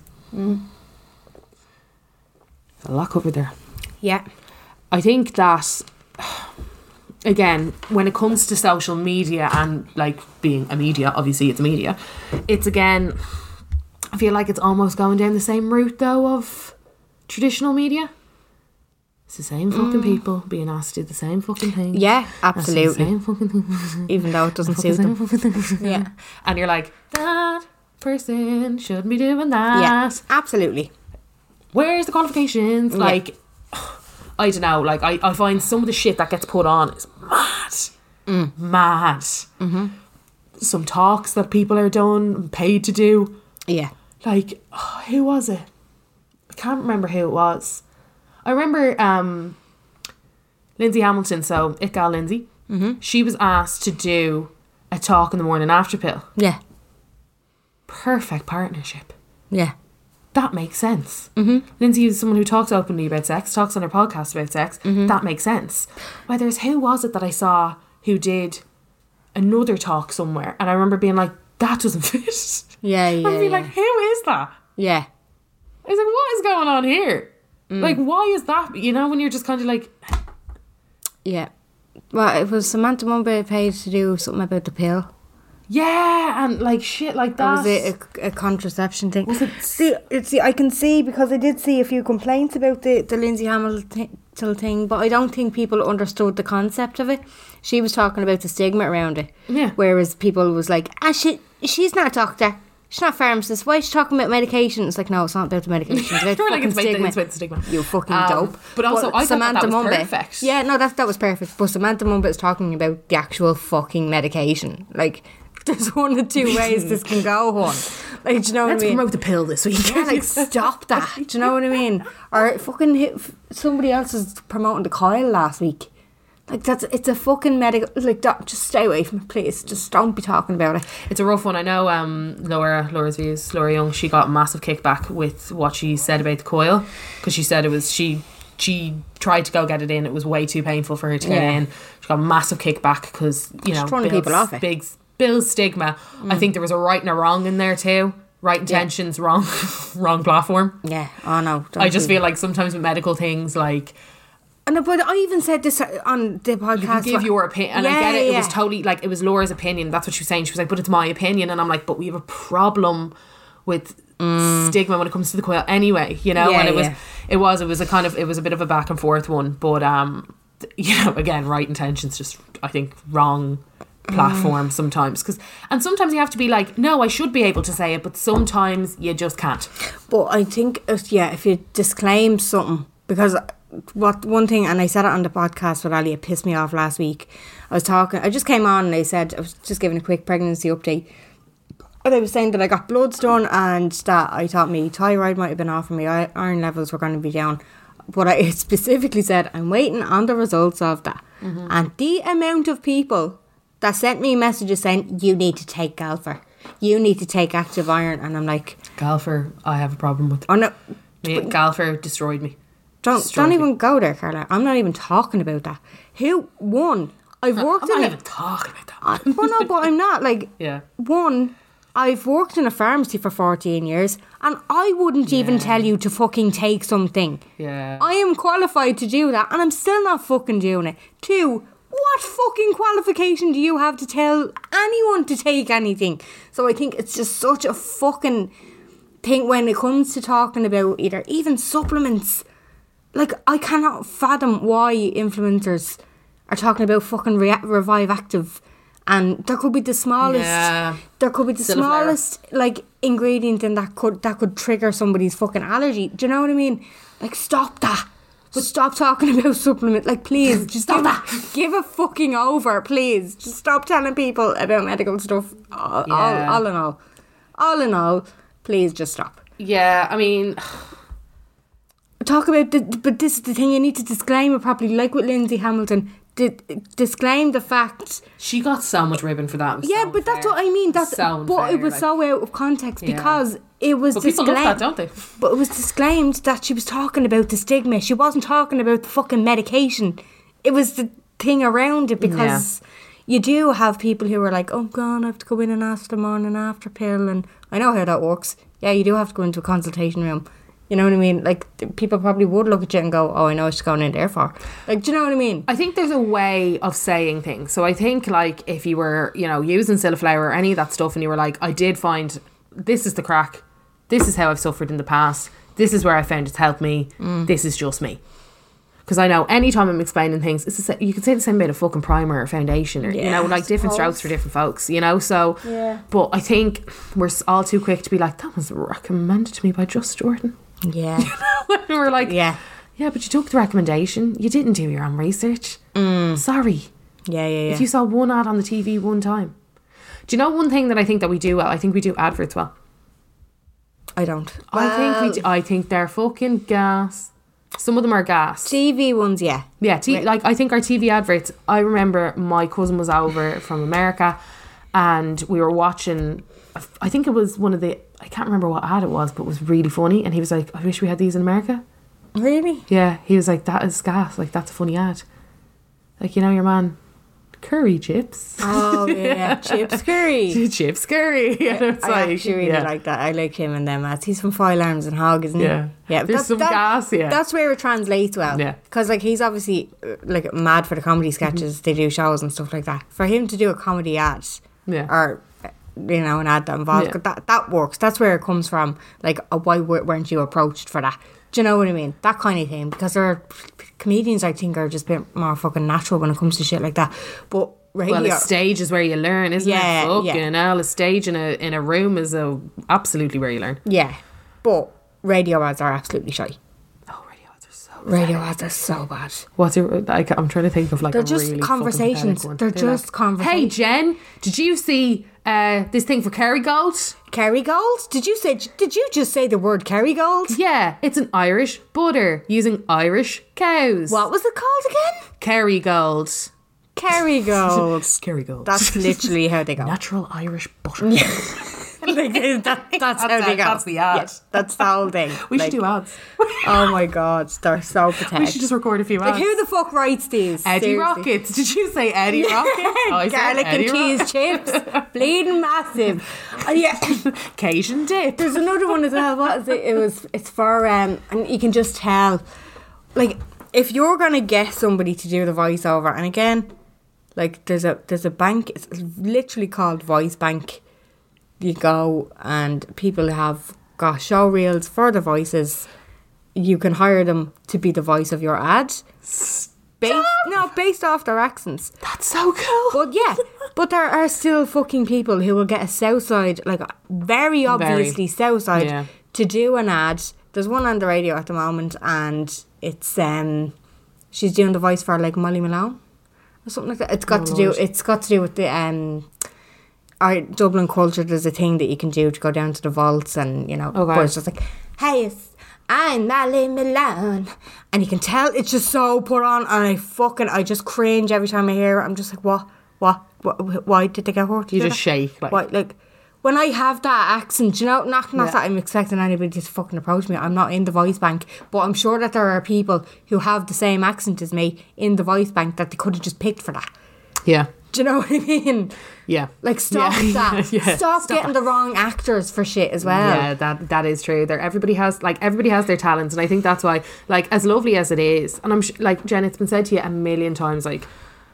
S1: There's A lot covered there.
S2: yeah,
S1: I think that again, when it comes to social media and like being a media, obviously it's a media, it's again I feel like it's almost going down the same route though of traditional media. It's the same fucking people being asked to do the same fucking thing.
S2: Mm. yeah,
S1: Asked to do The
S2: absolutely.
S1: same fucking thing.
S2: Even though it doesn't suit them. Yeah,
S1: And you're like, that person shouldn't be doing that.
S2: yeah, absolutely.
S1: where's the qualifications? Like, <sighs> I don't know. Like, I, I find some of the shit that gets put on is mad. Mad. Mm-hmm. Some talks that people are done and paid to do.
S2: Yeah,
S1: Like, <sighs> who was it? I can't remember who it was. I remember um, Lindsay Hamilton, so it gal Lindsay. She was asked to do a talk in the morning after pill.
S2: Yeah.
S1: Perfect partnership.
S2: Yeah.
S1: That makes sense. Mm-hmm. Lindsay is someone who talks openly about sex, talks on her podcast about sex.
S2: Mm-hmm.
S1: That makes sense. Whereas, who was it that I saw who did another talk somewhere? And I remember being like, that doesn't <laughs> fit.
S2: Yeah, yeah,
S1: I'd be like,
S2: yeah.
S1: who is that?
S2: Yeah.
S1: I was like, what is going on here?
S2: Mm.
S1: Like, why is that? You know, when you're just kind of like,
S2: Yeah. Well, it was Samantha Mumbai paid to do something about the pill.
S1: yeah, and like shit like
S2: Or
S1: that.
S2: was it a, a contraception thing?
S1: Was it-
S2: See, it's, see, I can see because I did see a few complaints about the, the Lindsay Hamilton thing, but I don't think people understood the concept of it. She was talking about the stigma around it.
S1: Yeah.
S2: Whereas people was like, ah, she, she's not a doctor. She's not a pharmacist. Why is she talking about medication? It's like, no, it's not about the
S1: <laughs>
S2: medication. It's about
S1: We're like,
S2: the fucking
S1: it's about the-
S2: stigma.
S1: it's about the stigma.
S2: You fucking
S1: Um,
S2: dope.
S1: but also, I thought that that was perfect.
S2: Yeah, no, that that was perfect. But Samantha Mumbet is talking about the actual fucking medication. Like, <laughs> there's one of two ways this can go. One, like, do you
S1: Let's
S2: know what I mean?
S1: promote the pill this week. <laughs>
S2: Yeah, like, stop that. Do you know what I mean? Or fucking hit, f- somebody else was promoting the coil last week. Like that's it's a fucking medical. Like, doc, just stay away from it, please. Just don't be talking about it.
S1: It's a rough one. I know um, Laura, Laura's views, Laura Young, she got massive kickback with what she said about the coil because she said it was, she she tried to go get it in. It was way too painful for her to get
S2: Yeah.
S1: in. She got massive kickback because, you know,
S2: throwing people off it. Mm.
S1: big Bill's stigma. I think there was a right and a wrong in there too. Right intentions, wrong, <laughs> wrong platform.
S2: Yeah. Oh no. Don't
S1: I just
S2: do
S1: feel like sometimes with medical things, like
S2: And but I even said this on the podcast.
S1: you can give
S2: where-
S1: your opinion, and I
S2: Yeah,
S1: get it. It
S2: yeah,
S1: was totally like it was Laura's opinion. That's what she was saying. She was like, "But it's my opinion," and I'm like, "But we have a problem with stigma when it comes to the coil, anyway." You know,
S2: Yeah,
S1: and it was,
S2: yeah.
S1: it was, it was a kind of, it was a bit of a back and forth one, but um, th- you know, again, right intentions, just I think wrong platform sometimes because and sometimes you have to be like no i should be able to say it but sometimes you just can't
S2: But I think, if, yeah, if you disclaim something, because what one thing, and I said it on the podcast with Ali, it pissed me off last week. I was talking, I just came on and I said, I was just giving a quick pregnancy update. And I was saying that I got bloods done and that I thought my thyroid might have been off and my i- iron levels were going to be down. But I <laughs> specifically said, I'm waiting on the results of that. And the amount of people that sent me messages saying, you need to take Galfer. You need to take active iron. And I'm like,
S1: galfer i have a problem with
S2: oh no,
S1: me galfer destroyed me
S2: Don't
S1: Destroyed
S2: don't
S1: me.
S2: even go there, Carla. I'm not even talking about that. Who won? I've worked
S1: i'm not
S2: in
S1: even
S2: it.
S1: talking about that
S2: I- well, no, but I'm not like
S1: <laughs> Yeah.
S2: One, I've worked in a pharmacy for 14 years, and I wouldn't even tell you to fucking take something.
S1: Yeah.
S2: I am qualified to do that, and I'm still not fucking doing it. Two. What fucking qualification do you have to tell anyone to take anything? So I think it's just such a fucking thing when it comes to talking about either even supplements. Like I cannot fathom why influencers are talking about fucking Rea- Revive Active, and there could be the smallest,
S1: Yeah.
S2: there could be the
S1: Still a flare-up.
S2: smallest like ingredient in that could that could trigger somebody's fucking allergy. Do you know what I mean? Like stop that. stop talking <laughs> about supplement. Like please, just stop that. <laughs> Give a fucking over, please. Just stop telling people about medical stuff. All,
S1: Yeah.
S2: all, all in all, all in all, please just stop.
S1: Yeah, I mean, <sighs>
S2: talk about the, but this is the thing you need to disclaim it properly like with lindsay hamilton did disclaim the fact
S1: she got so much ribbon for that. It was
S2: yeah
S1: so
S2: but that's
S1: unfair.
S2: what i mean that's
S1: so
S2: but it
S1: unfair,
S2: was
S1: like-
S2: so out of context
S1: Yeah.
S2: because it was
S1: But people love that, don't they?
S2: but it was disclaimed that she was talking about the stigma she wasn't talking about the fucking medication it was the thing around it because You do have people who are like, oh, God, I have to go in and ask the morning after pill. And I know how that works. Yeah, you do have to go into a consultation room. You know what I mean? Like th- people probably would look at you and go, "Oh, I know what she's going in there for." Like, do you know what
S1: <laughs>
S2: I mean?
S1: I think there's a way of saying things. So I think like if you were, you know, using Siliflower or any of that stuff and you were like, I did find this is the crack, this is how I've suffered in the past, this is where I found it's helped me, this is just me. Because I know anytime I'm explaining things, it's the sa- you can say the same about a fucking primer or foundation or, you know,
S2: Yeah,
S1: like
S2: I
S1: different strokes
S2: suppose.
S1: for different folks, you know? So,
S2: Yeah.
S1: but I think we're s- all too quick to be like, that was recommended to me by Just Jordan. <laughs>
S2: Yeah,
S1: we were like,
S2: Yeah.
S1: yeah, but you took the recommendation. You didn't do your own research. Sorry.
S2: yeah, yeah,
S1: If you saw one ad on the TV one time. Do you know one thing that I think that we do well? I think we do adverts well.
S2: I don't.
S1: I think we. Do, I think they're fucking gas. Some of them are gas.
S2: TV ones, yeah.
S1: Yeah, t- like I think our TV adverts. I remember my cousin was over from America, and we were watching. I think it was one of the I can't remember what ad it was, but it was really funny. And he was like, "I wish we had these in America."
S2: Really?
S1: Yeah, he was like, "That is gas. Like that's a funny ad." Like you know your man, curry chips,
S2: Oh yeah, chips <laughs>
S1: <laughs>
S2: curry.
S1: chips curry. And it's
S2: I
S1: like,
S2: actually really
S1: yeah.
S2: like that. I like him and them ads. He's from Five Arms and Hog, isn't
S1: Yeah.
S2: he? Yeah, but
S1: There's some gas, yeah.
S2: That's where it translates well.
S1: Yeah. Mm-hmm.
S2: because like he's obviously uh, like mad for the comedy sketches. They do shows and stuff like that. For him to do a comedy ad,
S1: Yeah.
S2: or uh, you know an ad that involves
S1: Yeah.
S2: that that works. That's where it comes from. Like, uh, why w- weren't you approached for that? Do you know what I mean? That kind of thing. Because there are comedians, I think, are just a bit more fucking natural when it comes to shit like that. But radio,
S1: Well, a stage is where you learn, isn't
S2: Yeah,
S1: it?
S2: yeah.
S1: Fucking hell, a stage in a in a room is a, absolutely where you learn.
S2: Yeah, but radio ads are absolutely shy.
S1: Oh, radio ads are so.
S2: Radio ads are so bad.
S1: What's it? I, ca- I'm trying to think of like
S2: They're
S1: a
S2: just
S1: really
S2: conversations.
S1: fucking pathetic one.
S2: They're just
S1: Hey,
S2: conversations.
S1: Jen, did you see uh, this thing for Kerrygold?
S2: Kerrygold? Did you say? Did you just say the word Kerrygold?
S1: Yeah, it's an Irish butter using Irish cows.
S2: <laughs> What was it called again?
S1: Kerrygold?
S2: Kerrygold.
S1: Kerrygold.
S2: Oh, <laughs> That's literally how they go.
S1: natural Irish butter.
S2: Like, that- <laughs> that's, how
S1: it,
S2: they go.
S1: that's the ad.
S2: Yeah, that's the whole thing.
S1: We
S2: Like,
S1: should do ads.
S2: <laughs> Oh my god, they're so pathetic.
S1: We should just record a few ads.
S2: like who the fuck writes these?
S1: Eddie
S2: Seriously.
S1: Rockets. Did you say Eddie <laughs>
S2: <laughs>
S1: Rockets? Oh, I said
S2: Garlic and
S1: Eddie Ro- <laughs>
S2: cheese chips, <laughs> bleeding massive. Uh, yeah. <laughs>
S1: Cajun dip.
S2: There's another one as well. What is it? It was. It's for um, and you can just tell, like, if you're gonna get somebody to do the voiceover, and again, like, there's a there's a bank. It's literally called Voice Bank. You go and people have got show reels for the voices. You can hire them to be the voice of your ad. Based, no, based off their accents.
S1: That's so cool.
S2: But yeah, but there are still fucking people who will get a Southside, like very obviously Southside,
S1: yeah.
S2: to do an ad. There's one on the radio at the moment, and it's um, she's doing the voice for like Molly Malone or something like that. It's
S1: Oh,
S2: got to do. It's got to do with the um. Our Dublin culture, there's a thing that you can do to go down to the vaults and, you know,
S1: Okay.
S2: but it's just like, hey, it's, I'm Molly Malone. And you can tell it's just so put on and I fucking, I just cringe every time I hear it. I'm just like, what, what, what why did they get hurt?
S1: You just shake, like-
S2: Why, like, when I have that accent, you know, not, not
S1: Yeah.
S2: that I'm expecting anybody to fucking approach me. I'm not in the voice bank, but I'm sure that there are people who have the same accent as me in the voice bank that they could have just picked for that.
S1: Yeah.
S2: Do you know <laughs> what I mean?
S1: Yeah.
S2: Like stop
S1: Yeah. <laughs>
S2: that.
S1: Yeah.
S2: Stop, getting the wrong actors for shit as well.
S1: Yeah, that that is true. There, everybody has like everybody has their talents, and I think that's why, like, as lovely as it is, and I'm sh- like Jen, it's been said to you a million times, like,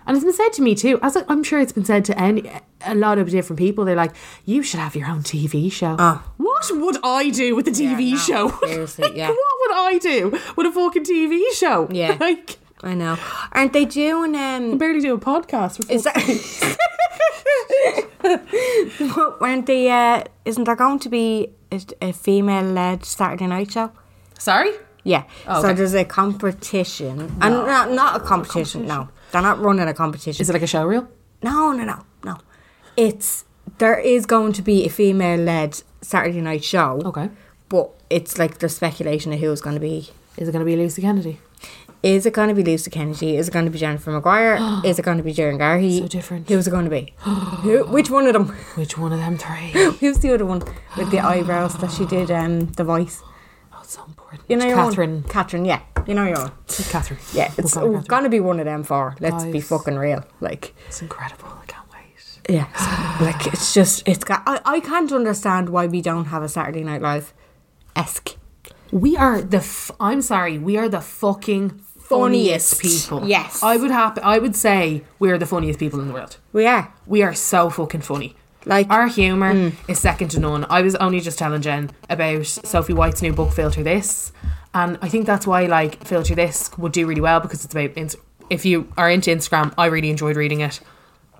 S1: and it's been said to me too. As I- I'm sure it's been said to any a lot of different people. They're like, you should have your own TV show. What would I do with a TV
S2: Oh. no,
S1: show? <laughs>
S2: seriously,
S1: Like,
S2: yeah.
S1: What would I do with a fucking TV show?
S2: Yeah.
S1: <laughs> like
S2: I know. Aren't they doing
S1: I
S2: um
S1: barely do a podcast. For
S2: is <laughs> that weren't they uh isn't there going to be a, a female led Saturday night show?
S1: Sorry.
S2: Yeah. So
S1: Oh, okay.
S2: there's a competition. And not not a competition, no. They're not running a competition.
S1: Is it like a show reel?
S2: No, no, no, no. It's there is going to be a female led Saturday night show.
S1: Okay.
S2: But it's like there's speculation of who's going to be.
S1: Is it going to be Lucy Kennedy?
S2: Is it going to be Lucy Kennedy? Is it going to be Jennifer
S1: <gasps>
S2: Maguire? is it going to be Jaren Garhey?
S1: So different.
S2: Who's it going to
S1: <gasps>
S2: be? Who, which one of them? <laughs>
S1: Which one of them three? <gasps>
S2: Who's the other one with the eyebrows that she did um, the voice?
S1: Oh, it's so important.
S2: You know your one?
S1: Catherine.
S2: Catherine, yeah. You know your one.
S1: Catherine.
S2: Yeah, it's
S1: We'll call her Catherine.
S2: going to be one of them four. Let's be
S1: Guys.
S2: fucking real. Like,
S1: It's incredible. I can't wait.
S2: Yeah. so, <sighs> like it's just it's got I, I can't understand why we don't have a Saturday Night Live esque.
S1: We are the. F- I'm sorry. We are the fucking funniest,
S2: Funniest.
S1: people.
S2: Yes.
S1: I would hap- I would say we are the funniest people in the world.
S2: We are.
S1: We are so fucking funny.
S2: Like- mm.
S1: our humor is second to none. I was only just telling Jen about Sophie White's new book, Filter This, and I think that's why like Filter This would do really well because it's about. Ins- if you are into Instagram, I really enjoyed reading it.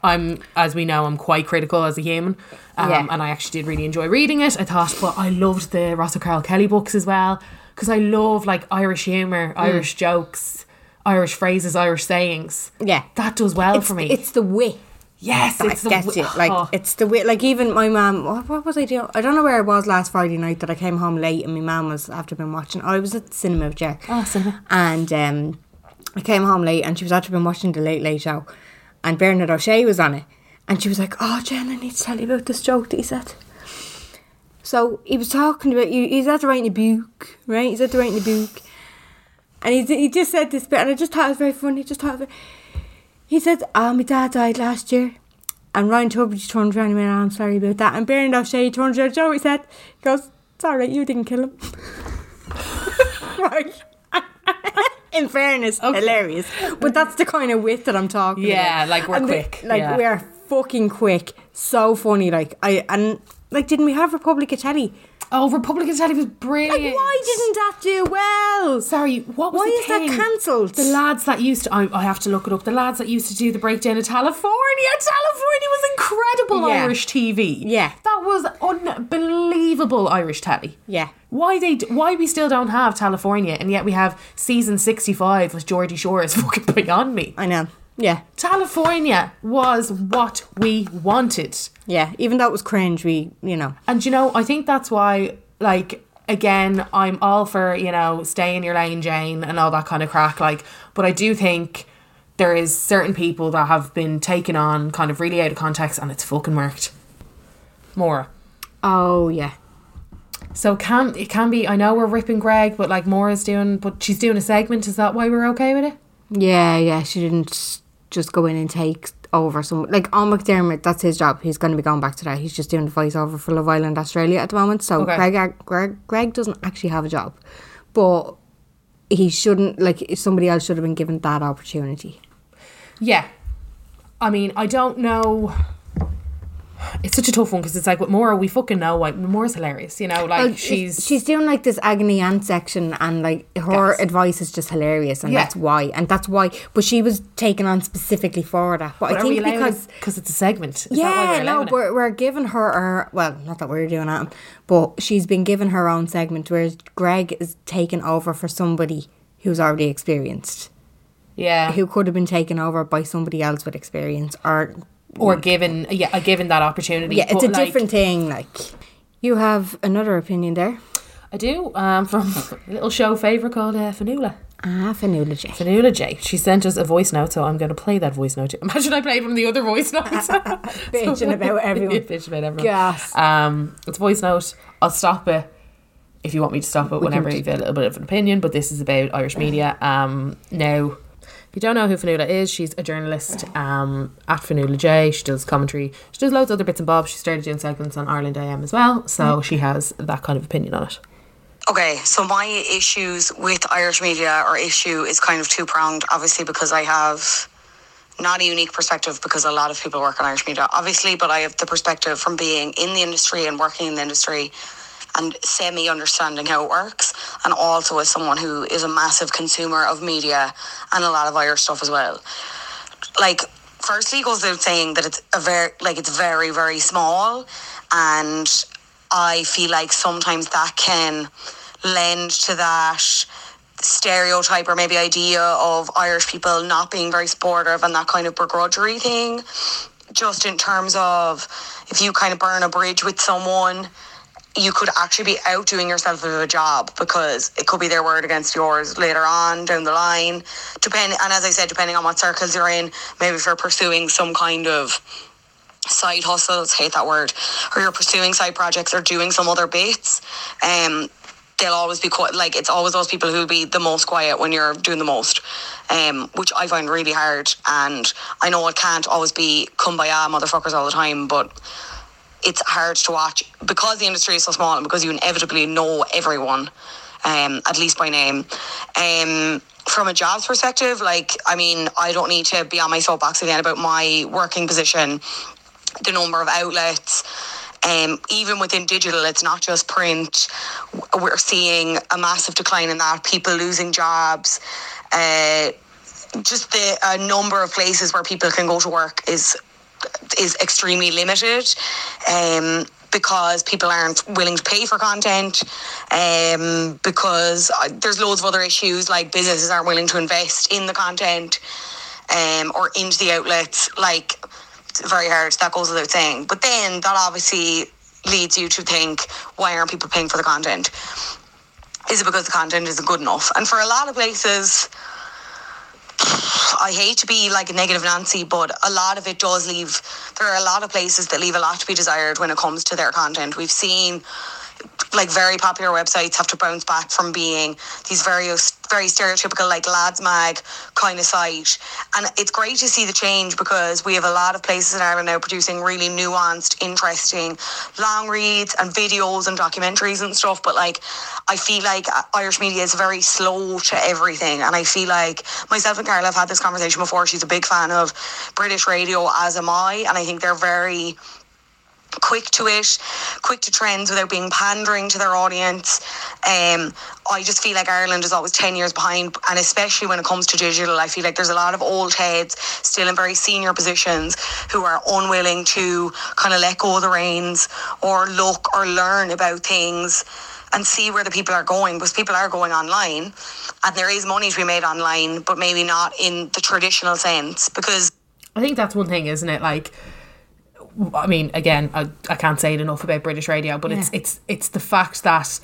S1: I'm, as we know, I'm quite critical as a human, um,
S2: Yeah.
S1: and I actually did really enjoy reading it. I thought, but I loved the Ross O'Carroll Kelly books as well because I love like Irish humor,
S2: Mm.
S1: Irish jokes, Irish phrases, Irish sayings.
S2: Yeah.
S1: that does well
S2: It's,
S1: for me.
S2: it's the wit.
S1: Yes, it's the
S2: That's
S1: wi-
S2: it. Like
S1: oh.
S2: it's the wit. Like even my mum. What, what was I doing? I don't know where I was last Friday night that I came home late and my mum was after been watching. I was at the cinema with Jack.
S1: Oh, cinema.
S2: And um, I came home late and she was after been watching the Late Late Show, and Bernard O'Shea was on it. And she was like, Oh, Jen, I need to tell you about this joke that he said. So he was talking about you. He's at the writing a book, right? He's at the writing a book. And he, he just said this bit, and I just thought it was very funny. Just thought it was very- He said, Oh, my dad died last year. And Ryan Turbridge turned around and went, "Oh, I'm sorry about that. And Bernard O'Shea turned around, Joey said, He goes, It's alright, you didn't kill him. <laughs> right. In fairness, hilarious. But that's the kind of wit that I'm talking
S1: Yeah,
S2: about.
S1: like, we're
S2: And the-
S1: quick,
S2: like
S1: yeah.
S2: we are fucking quick. So funny. Like I and like didn't we have Republic of Telly?
S1: Oh, Republican Teddy was brilliant.
S2: Like why didn't that do well?
S1: Sorry, what was
S2: Why
S1: the
S2: is that
S1: thing?
S2: cancelled?
S1: The lads that used to, I, I have to look it up, the lads that used to do the breakdown of California. California was incredible
S2: Yeah.
S1: Irish TV.
S2: Yeah.
S1: That was unbelievable Irish telly.
S2: Yeah.
S1: Why they? d- Why we still don't have California, and yet we have season sixty-five with Geordie Shore is <laughs> fucking beyond me.
S2: I know. Yeah.
S1: California was what we wanted.
S2: Yeah. Even though it was cringe, we you know.
S1: And you know, I think that's why, like, again, I'm all for, you know, stay in your lane, Jane, and all that kind of crack. Like, but I do think there is certain people that have been taken on kind of really out of context and it's fucking worked. More.
S2: Oh yeah.
S1: So it can it can be I know we're ripping Greg, but like Maura's doing but she's doing a segment, is that why we're okay with it?
S2: Yeah, yeah. She didn't just go in and take over some like on McDermott. That's his job. He's going to be going back to that. He's just doing the voiceover for Love Island Australia at the moment. So
S1: Okay.
S2: Greg, Greg, Greg doesn't actually have a job, but he shouldn't like somebody else should have been given that opportunity.
S1: Yeah. I mean, I don't know. It's such a tough one because it's like with Maura, we fucking know. Like Maura's hilarious, you know. Like
S2: Well,
S1: she's
S2: Oh, she's doing like this agony aunt section, and like her
S1: Yes.
S2: advice is just hilarious, and
S1: Yeah.
S2: that's why, and that's why. But she was taken on specifically for that. But, I think because
S1: because it's a segment. Is that why
S2: yeah,
S1: we're
S2: no,
S1: allowing it?
S2: we're, we're giving her her well, not that we're doing that, but she's been given her own segment, whereas Greg is taken over for somebody who's already experienced,
S1: yeah,
S2: who could have been taken over by somebody else with experience, or
S1: or given yeah, uh, given that opportunity.
S2: yeah, it's
S1: But,
S2: a
S1: like,
S2: different thing. Like you have another opinion there.
S1: I do um, <laughs> from a little show favorite called uh, Fanula.
S2: Ah, phenology.
S1: Fanula J. She sent us a voice note, so I'm going to play that voice note. Imagine I played from the other voice
S2: <laughs>
S1: note.
S2: Bitching
S1: <laughs>
S2: about everyone.
S1: Bitching about everyone.
S2: Gas.
S1: Um, it's a voice note. I'll stop it if you want me to stop it whenever you have a little bit of an opinion. But this is about Irish media. Um, now, if you don't know who Fanula is, she's a journalist um, at Fanula J. She does commentary. She does loads of other bits and bobs. She started doing segments on Ireland AM as well.
S2: Mm.
S1: So she has that kind of opinion on it.
S4: Okay, so my issues with Irish media or issue is kind of two pronged, obviously, because I have not a unique perspective because a lot of people work on Irish media, obviously, but I have the perspective from being in the industry and working in the industry and semi understanding how it works, and also as someone who is a massive consumer of media and a lot of Irish stuff as well like firstly it goes without saying that it's a very like it's very very small and i feel like sometimes that can lend to that stereotype or maybe idea of irish people not being very supportive and that kind of begrudgery thing just in terms of if you kind of burn a bridge with someone you could actually be outdoing yourself of a job because it could be their word against yours later on down the line. Depend and as I said, depending on what circles you're in, maybe if you're pursuing some kind of side hustles, hate that word, or you're pursuing side projects or doing some other bits, um, they'll always be quite like it's always those people who'll be the most quiet when you're doing the most, um, which I find really hard. And I know it can't always be kumbaya motherfuckers all the time, but it's hard to watch because the industry is so small and because you inevitably know everyone, um, at least by name. Um, from a jobs perspective, like, I mean, I don't need to be on my soapbox again about my working position, the number of outlets. Um, even within digital, it's not just print. W- We're seeing a massive decline in that, people losing jobs. Uh, just the uh, number of places where people can go to work is is extremely limited um, because people aren't willing to pay for content um, because uh, there's loads of other issues like businesses aren't willing to invest in the content um, or into the outlets like it's very hard that goes without saying but then that obviously leads you to think why aren't people paying for the content is it because the content isn't good enough and for a lot of places I hate to be like a negative Nancy, but a lot of it does leave. There are a lot of places that leave a lot to be desired when it comes to their content. We've seen like very popular websites have to bounce back from being these very very stereotypical like lads mag kind of site and it's great to see the change because we have a lot of places in Ireland now producing really nuanced interesting long reads and videos and documentaries and stuff but like I feel like Irish media is very slow to everything and I feel like myself and Carla have had this conversation before she's a big fan of British radio as am I and I think they're very quick to it, quick to trends without being pandering to their audience. Um, I just feel like Ireland is always 10 years behind, and especially when it comes to digital, I feel like there's a lot of old heads still in very senior positions who are unwilling to kind of let go of the reins or look or learn about things and see where the people are going because people are going online and there is money to be made online, but maybe not in the traditional sense because.
S1: I think that's one thing, isn't it? Like, I mean, again, I, I can't say it enough about British radio, but it's it's it's the fact that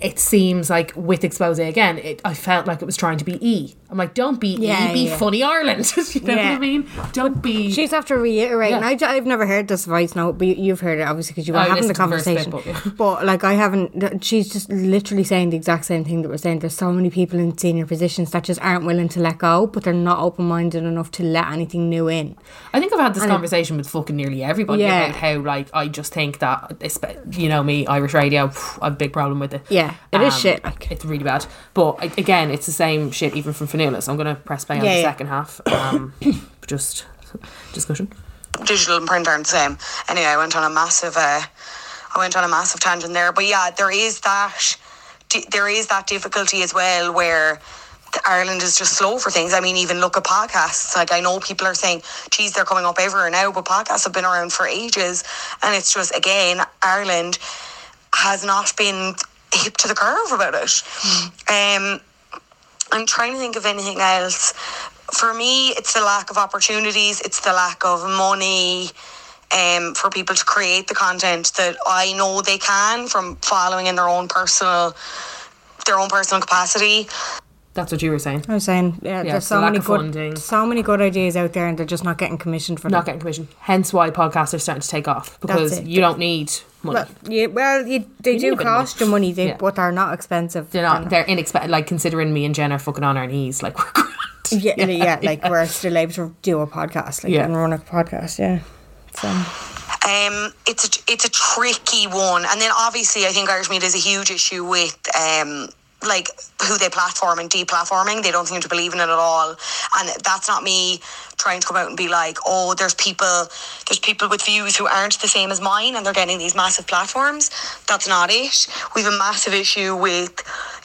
S1: it seems like with expose again, it I felt like it was trying to be E. I'm like, don't be
S2: Yeah,
S1: E, be
S2: yeah.
S1: funny Ireland. <laughs> you know what
S2: Yeah.
S1: I mean? Don't be.
S2: She's after reiterating. I, have never heard this voice note, but you- you've heard it obviously because you were
S1: I
S2: having the
S1: listened to Oh, the first bit,
S2: conversation. but, like I haven't. th- She's just literally saying the exact same thing that we're saying. There's so many people in senior positions that just aren't willing to let go, but they're not open minded enough to let anything new in.
S1: I think I've had this conversation with fucking nearly everybody
S2: Yeah.
S1: about how like I just think that espe- you know me Irish radio phew, I've a big problem with it.
S2: Yeah, it
S1: it
S2: is
S1: is
S2: shit, like.
S1: it's really bad. But a- again, it's the same shit even from Fanula. So I'm gonna press play on
S2: Yeah,
S1: the
S2: yeah.
S1: second half. Um, <coughs> just discussion.
S4: digital and print aren't the same. Anyway, I went on a massive, uh, I went on a massive tangent there. But yeah, there is that, di- there is that difficulty as well where th- Ireland is just slow for things. I mean, even look at podcasts. Like I know people are saying, "Geez, they're coming up everywhere now," but podcasts have been around for ages, and it's just again Ireland has not been hip to the curve about it. Um, I'm trying to think of anything else. For me, it's the lack of opportunities, it's the lack of money um, for people to create the content that I know they can from following in their own personal their own personal capacity.
S1: That's what you were saying.
S2: I was saying, yeah,
S1: Yeah,
S2: there's
S1: it's the
S2: so
S1: lack
S2: many
S1: of
S2: good,
S1: funding.
S2: so many good ideas out there, and they're just not getting commissioned for
S1: Not
S2: them.
S1: getting commission. Hence why podcasts are starting to take off because
S2: it.
S1: you don't need money.
S2: Well, yeah, well, you, they do
S1: even
S2: cost
S1: know.
S2: you money, they,
S1: Yeah.
S2: but they're not expensive.
S1: they're not. They're inexpensive. Like considering me and Jen are fucking on our knees. Like we're <laughs> grand.
S2: Yeah, yeah, like we're still able to do a podcast, like
S1: Yeah.
S2: and run a podcast, yeah. So.
S4: Um, it's a, it's a tricky one, and then obviously I think Irish media is a huge issue with um, like who they platform and deplatforming. They don't seem to believe in it at all, and that's not me trying to come out and be like, oh, there's people, there's people with views who aren't the same as mine, and they're getting these massive platforms. That's not it. We have a massive issue with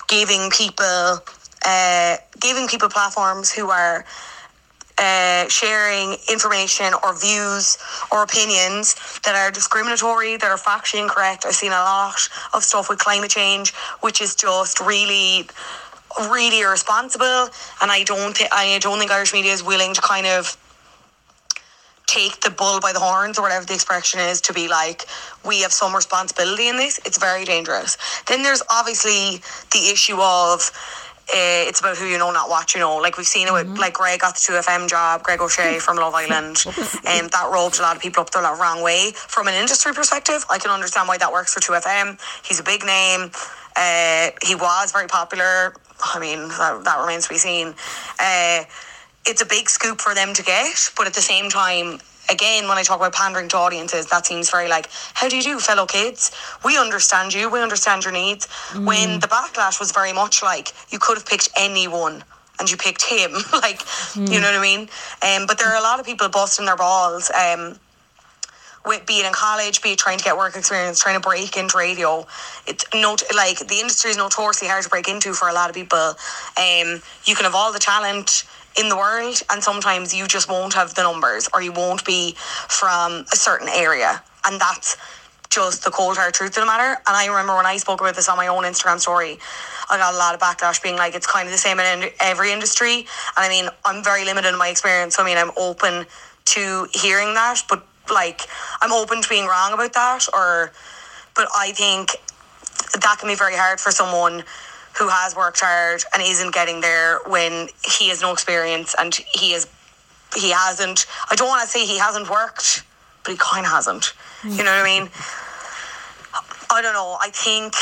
S4: giving people, uh, giving people platforms who are uh, sharing information or views or opinions that are discriminatory, that are factually incorrect. I've seen a lot of stuff with climate change, which is just really, really irresponsible. And I don't, thi- I don't think Irish media is willing to kind of take the bull by the horns or whatever the expression is to be like we have some responsibility in this it's very dangerous then there's obviously the issue of uh, it's about who you know, not what you know. Like we've seen it with, like Greg got the two FM job, Greg O'Shea from Love Island, and that rubbed a lot of people up the lo- wrong way. From an industry perspective, I can understand why that works for two FM. He's a big name. Uh, he was very popular. I mean, that, that remains to be seen. Uh, it's a big scoop for them to get, but at the same time, again, when I talk about pandering to audiences, that seems very like, how do you do, fellow kids? We understand you, we understand your needs. When the backlash was very much like, you could have picked anyone and you picked him. <laughs> like, you know what I mean? Um, but there are a lot of people busting their balls. Um, with being in college, be it trying to get work experience, trying to break into radio. It's not like the industry is notoriously hard to break into for a lot of people. Um, you can have all the talent in the world, and sometimes you just won't have the numbers, or you won't be from a certain area, and that's just the cold hard truth of the matter. And I remember when I spoke about this on my own Instagram story, I got a lot of backlash being like, it's kind of the same in ind- every industry. And I mean, I'm very limited in my experience. So I mean, I'm open to hearing that, but like, I'm open to being wrong about that. Or, but I think that can be very hard for someone who has worked hard and isn't getting there when he has no experience and he is he hasn't I don't want to say he hasn't worked but he kind of hasn't you know what I mean I don't know I think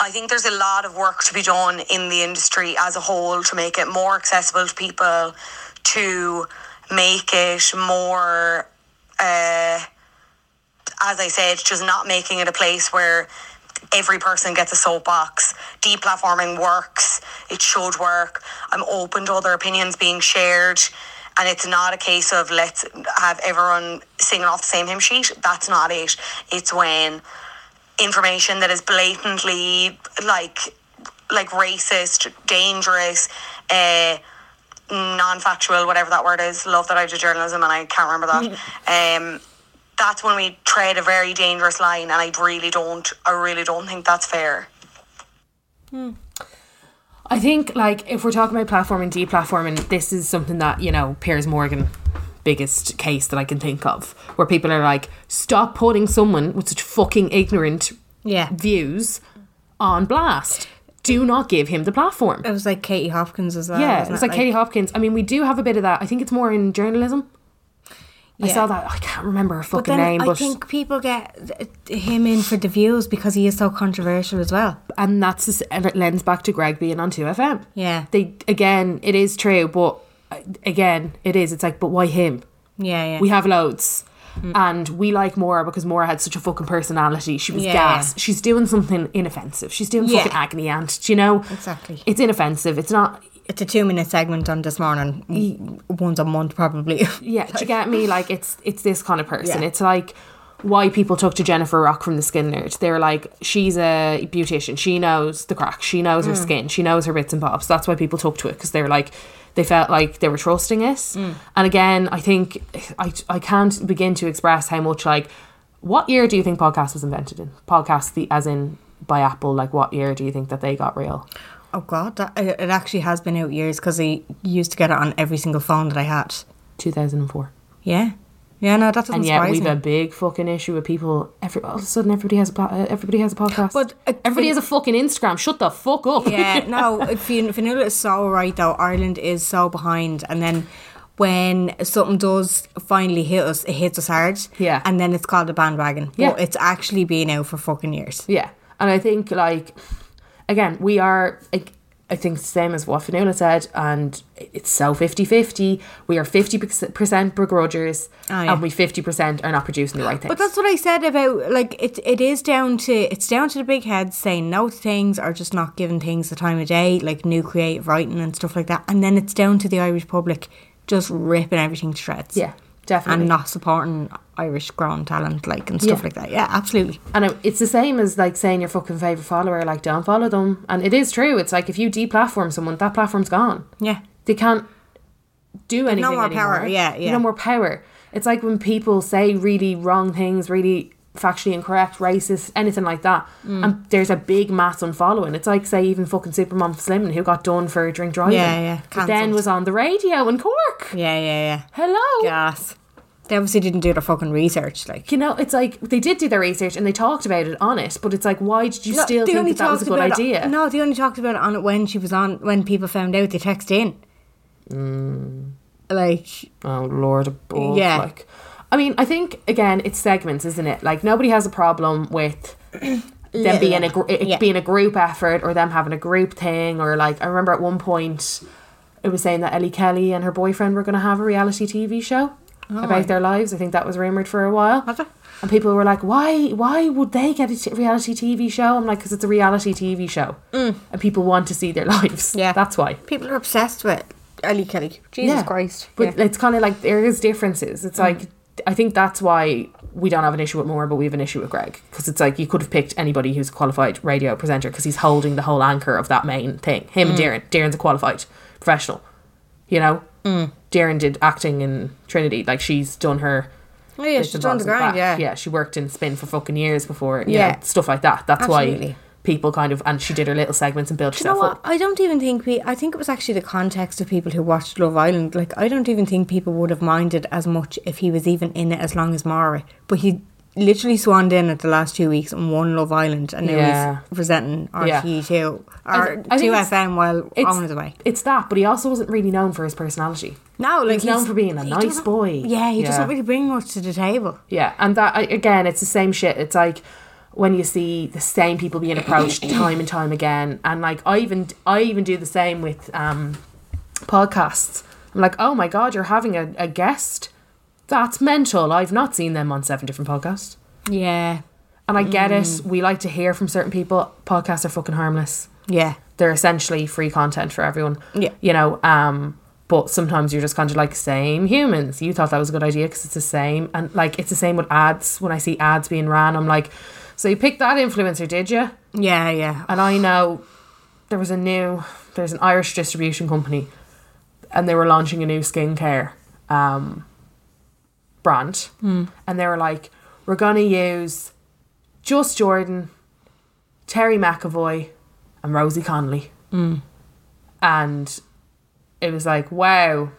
S4: I think there's a lot of work to be done in the industry as a whole to make it more accessible to people to make it more uh as I said, just not making it a place where every person gets a soapbox. Deplatforming works, it should work. I'm open to other opinions being shared. And it's not a case of let's have everyone singing off the same hymn sheet. That's not it. It's when information that is blatantly like like racist, dangerous, uh, non-factual, whatever that word is. Love that I did journalism and I can't remember that. um, that's when we tread a very dangerous line, and I really don't. I really don't think that's fair.
S1: I think like if we're talking about platforming, deplatforming, this is something that you know Piers Morgan biggest case that I can think of, where people are like, stop putting someone with such fucking ignorant
S2: Yeah.
S1: views on blast. Do not give him the platform.
S2: It was like Katie Hopkins as well.
S1: yeah,
S2: wasn't
S1: it was like, Katie Hopkins. I mean, we do have a bit of that. I think it's more in journalism. I
S2: Yeah.
S1: saw that. I can't remember her fucking
S2: But then
S1: name,
S2: I
S1: but
S2: think people get uh, him in for the views because he is so controversial as well.
S1: and that's the s- and it lends back to Greg being on Two FM.
S2: Yeah.
S1: they again, it is true, but uh, again, it is. It's like, but why him?
S2: Yeah, yeah.
S1: We have loads.
S2: Mm.
S1: And we like Maura because Maura had such a fucking personality. She was
S2: Yeah,
S1: gas.
S2: yeah.
S1: She's doing something inoffensive. She's doing
S2: Yeah.
S1: fucking agony aunt. Do you know?
S2: Exactly.
S1: It's inoffensive. It's not.
S2: it's a two minute segment on this morning, w- once a
S1: <laughs>
S2: month probably.
S1: Yeah, do you get me? Like it's it's this kind of person.
S2: Yeah.
S1: It's like why people took to Jennifer Rock from the Skin Nerd. They're like, she's a beautician. She knows the crack. She knows her skin. She knows her bits and bobs. That's why people took to it because they were like, they felt like they were trusting it. And again, I think I I can't begin to express how much like what year do you think podcast was invented in? Podcast the as in by Apple. Like what year do you think that they got real?
S2: oh god, that, it it actually has been out years because I used to get it on every single phone that I had.
S1: Two thousand and four.
S2: Yeah, yeah, no, that doesn't
S1: and yet
S2: surprise
S1: we've
S2: me.
S1: a big fucking issue with people. Every all of a sudden, everybody has a pla- uh, everybody has a podcast.
S2: But, uh,
S1: everybody
S2: it-
S1: has a fucking Instagram. Shut the fuck up. <laughs>
S2: yeah, no, Fionnuala is so right though. Ireland is so behind, and then when something does finally hit us, it hits us hard.
S1: Yeah.
S2: and then it's called a bandwagon.
S1: Yeah.
S2: but it's actually been out for fucking years.
S1: yeah. And I think like again, we are. Like, I think the same as what Fanula said, and it's so 50-50. We are fifty percent begrudgers,
S2: Oh, yeah.
S1: and we fifty percent are not producing the right things.
S2: But that's what I said about like it. It is down to it's down to the big heads saying no to things or just not giving things the time of day, like new creative writing and stuff like that. And then it's down to the Irish public just ripping everything to shreds.
S1: yeah, definitely.
S2: and not supporting Irish grown talent, like and stuff
S1: Yeah.
S2: like that. Yeah, absolutely.
S1: And it- it's the same as like saying your fucking favorite follower, like don't follow them. And it is true. It's like if you deplatform someone, that platform's gone.
S2: Yeah.
S1: they can't do anything.
S2: more
S1: anymore.
S2: power, yeah,
S1: They've
S2: yeah.
S1: No more power. It's like when people say really wrong things, really factually incorrect, racist, anything like that,
S2: Mm.
S1: and there's a big mass unfollowing. It's like say even fucking Supermom Slimming, who got done for drink driving,
S2: Yeah, yeah,
S1: but then
S2: cancelled.
S1: was on the radio in Cork.
S2: Yeah, yeah, yeah.
S1: Hello.
S2: Yes. They obviously didn't do their fucking research, like.
S1: You know, it's like they did do their research and they talked about it on it, but it's like, why did you still
S2: they
S1: think
S2: only
S1: that, that was a
S2: talked
S1: good
S2: about it-
S1: idea?
S2: no, they only talked about it on it when she was on when people found out they texted in.
S1: Mm.
S2: Like
S1: oh lord above
S2: Yeah.
S1: like i mean i think again it's segments isn't it like nobody has a problem
S2: <clears throat>
S1: with them being a gr- it
S2: Yeah.
S1: being a group effort or them having a group thing or like i remember at one point it was saying that ellie kelly and her boyfriend were going to have a reality tv show
S2: Oh,
S1: about their lives i think that was rumored for a while and people were like why why would they get a t- reality tv show i'm like because it's a reality tv show and people want to see their <laughs> lives
S2: Mm. Yeah.
S1: that's why
S2: People are obsessed with Ellie Kelly. Jesus Christ.
S1: but
S2: yeah. Mm.
S1: it's kind of like there is differences. It's like I think that's why we don't have an issue with Moore, but we have an issue with Greg because it's like you could have picked anybody who's a qualified radio presenter because he's holding the whole anchor of that main thing. Him
S2: Mm.
S1: and Darren. Darren's a qualified professional. You know, mm. Darren did acting in Trinity. Like she's done her.
S2: Oh, yeah,
S1: bits
S2: she's
S1: and
S2: done
S1: bobs
S2: the
S1: in
S2: grind,
S1: back.
S2: yeah.
S1: yeah. She worked in spin for fucking years before. You
S2: Yeah.
S1: know, stuff like that. That's why
S2: Absolutely.
S1: people kind of and she did her little segments and built
S2: you know
S1: herself
S2: what?
S1: up.
S2: I don't even think we. I think it was actually the context of people who watched Love Island. Like, I don't even think people would have minded as much if he was even in it as long as Mara. But he literally swanned in at the last two weeks on one Love Island, and now
S1: Yeah.
S2: he's presenting
S1: Yeah.
S2: RTE two
S1: I
S2: or
S1: th- I
S2: two
S1: think it's-
S2: FM while
S1: it's-
S2: on his way.
S1: It's that, but he also wasn't really known for his personality.
S2: No, like
S1: he's known for being a
S2: he
S1: nice
S2: doesn't-
S1: boy.
S2: Yeah, he
S1: Yeah.
S2: doesn't really bring much to the table.
S1: Yeah, and that I- again, it's the same shit. It's like when you see the same people being approached time and time again, and like I even I even do the same with um, podcasts. I'm like, oh my god, you're having a, a guest. That's mental. I've not seen them on seven different podcasts.
S2: Yeah,
S1: And I get it. We like to hear from certain people. Podcasts are fucking harmless.
S2: yeah,
S1: They're essentially free content for everyone.
S2: Yeah.
S1: You know, um, but sometimes you're just kind of like, same humans. You thought that was a good idea because it's the same. And like, it's the same with ads. When I see ads being ran, I'm like, so you picked that influencer, did you?
S2: yeah, yeah.
S1: And I know there was a new, there's an Irish distribution company and they were launching a new skincare um, brand. And they were like, we're going to use Just Jordan, Terry McAvoy, and Rosie Connolly. And it was like, wow.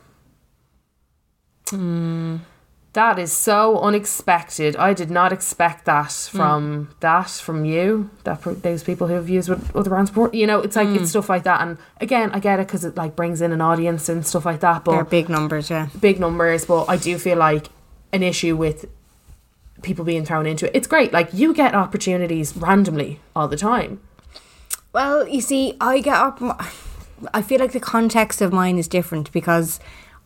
S1: That is so unexpected. I did not expect that from that from you. That pro- those people who have used with other brands before. You know, it's like it's stuff like that. And again, I get it because it like brings in an audience and stuff like that. But
S2: They're big numbers. Yeah,
S1: big numbers, but I do feel like an issue with people being thrown into it. It's great. Like you get opportunities randomly all the time.
S2: Well, you see, I get up. I feel like the context of mine is different because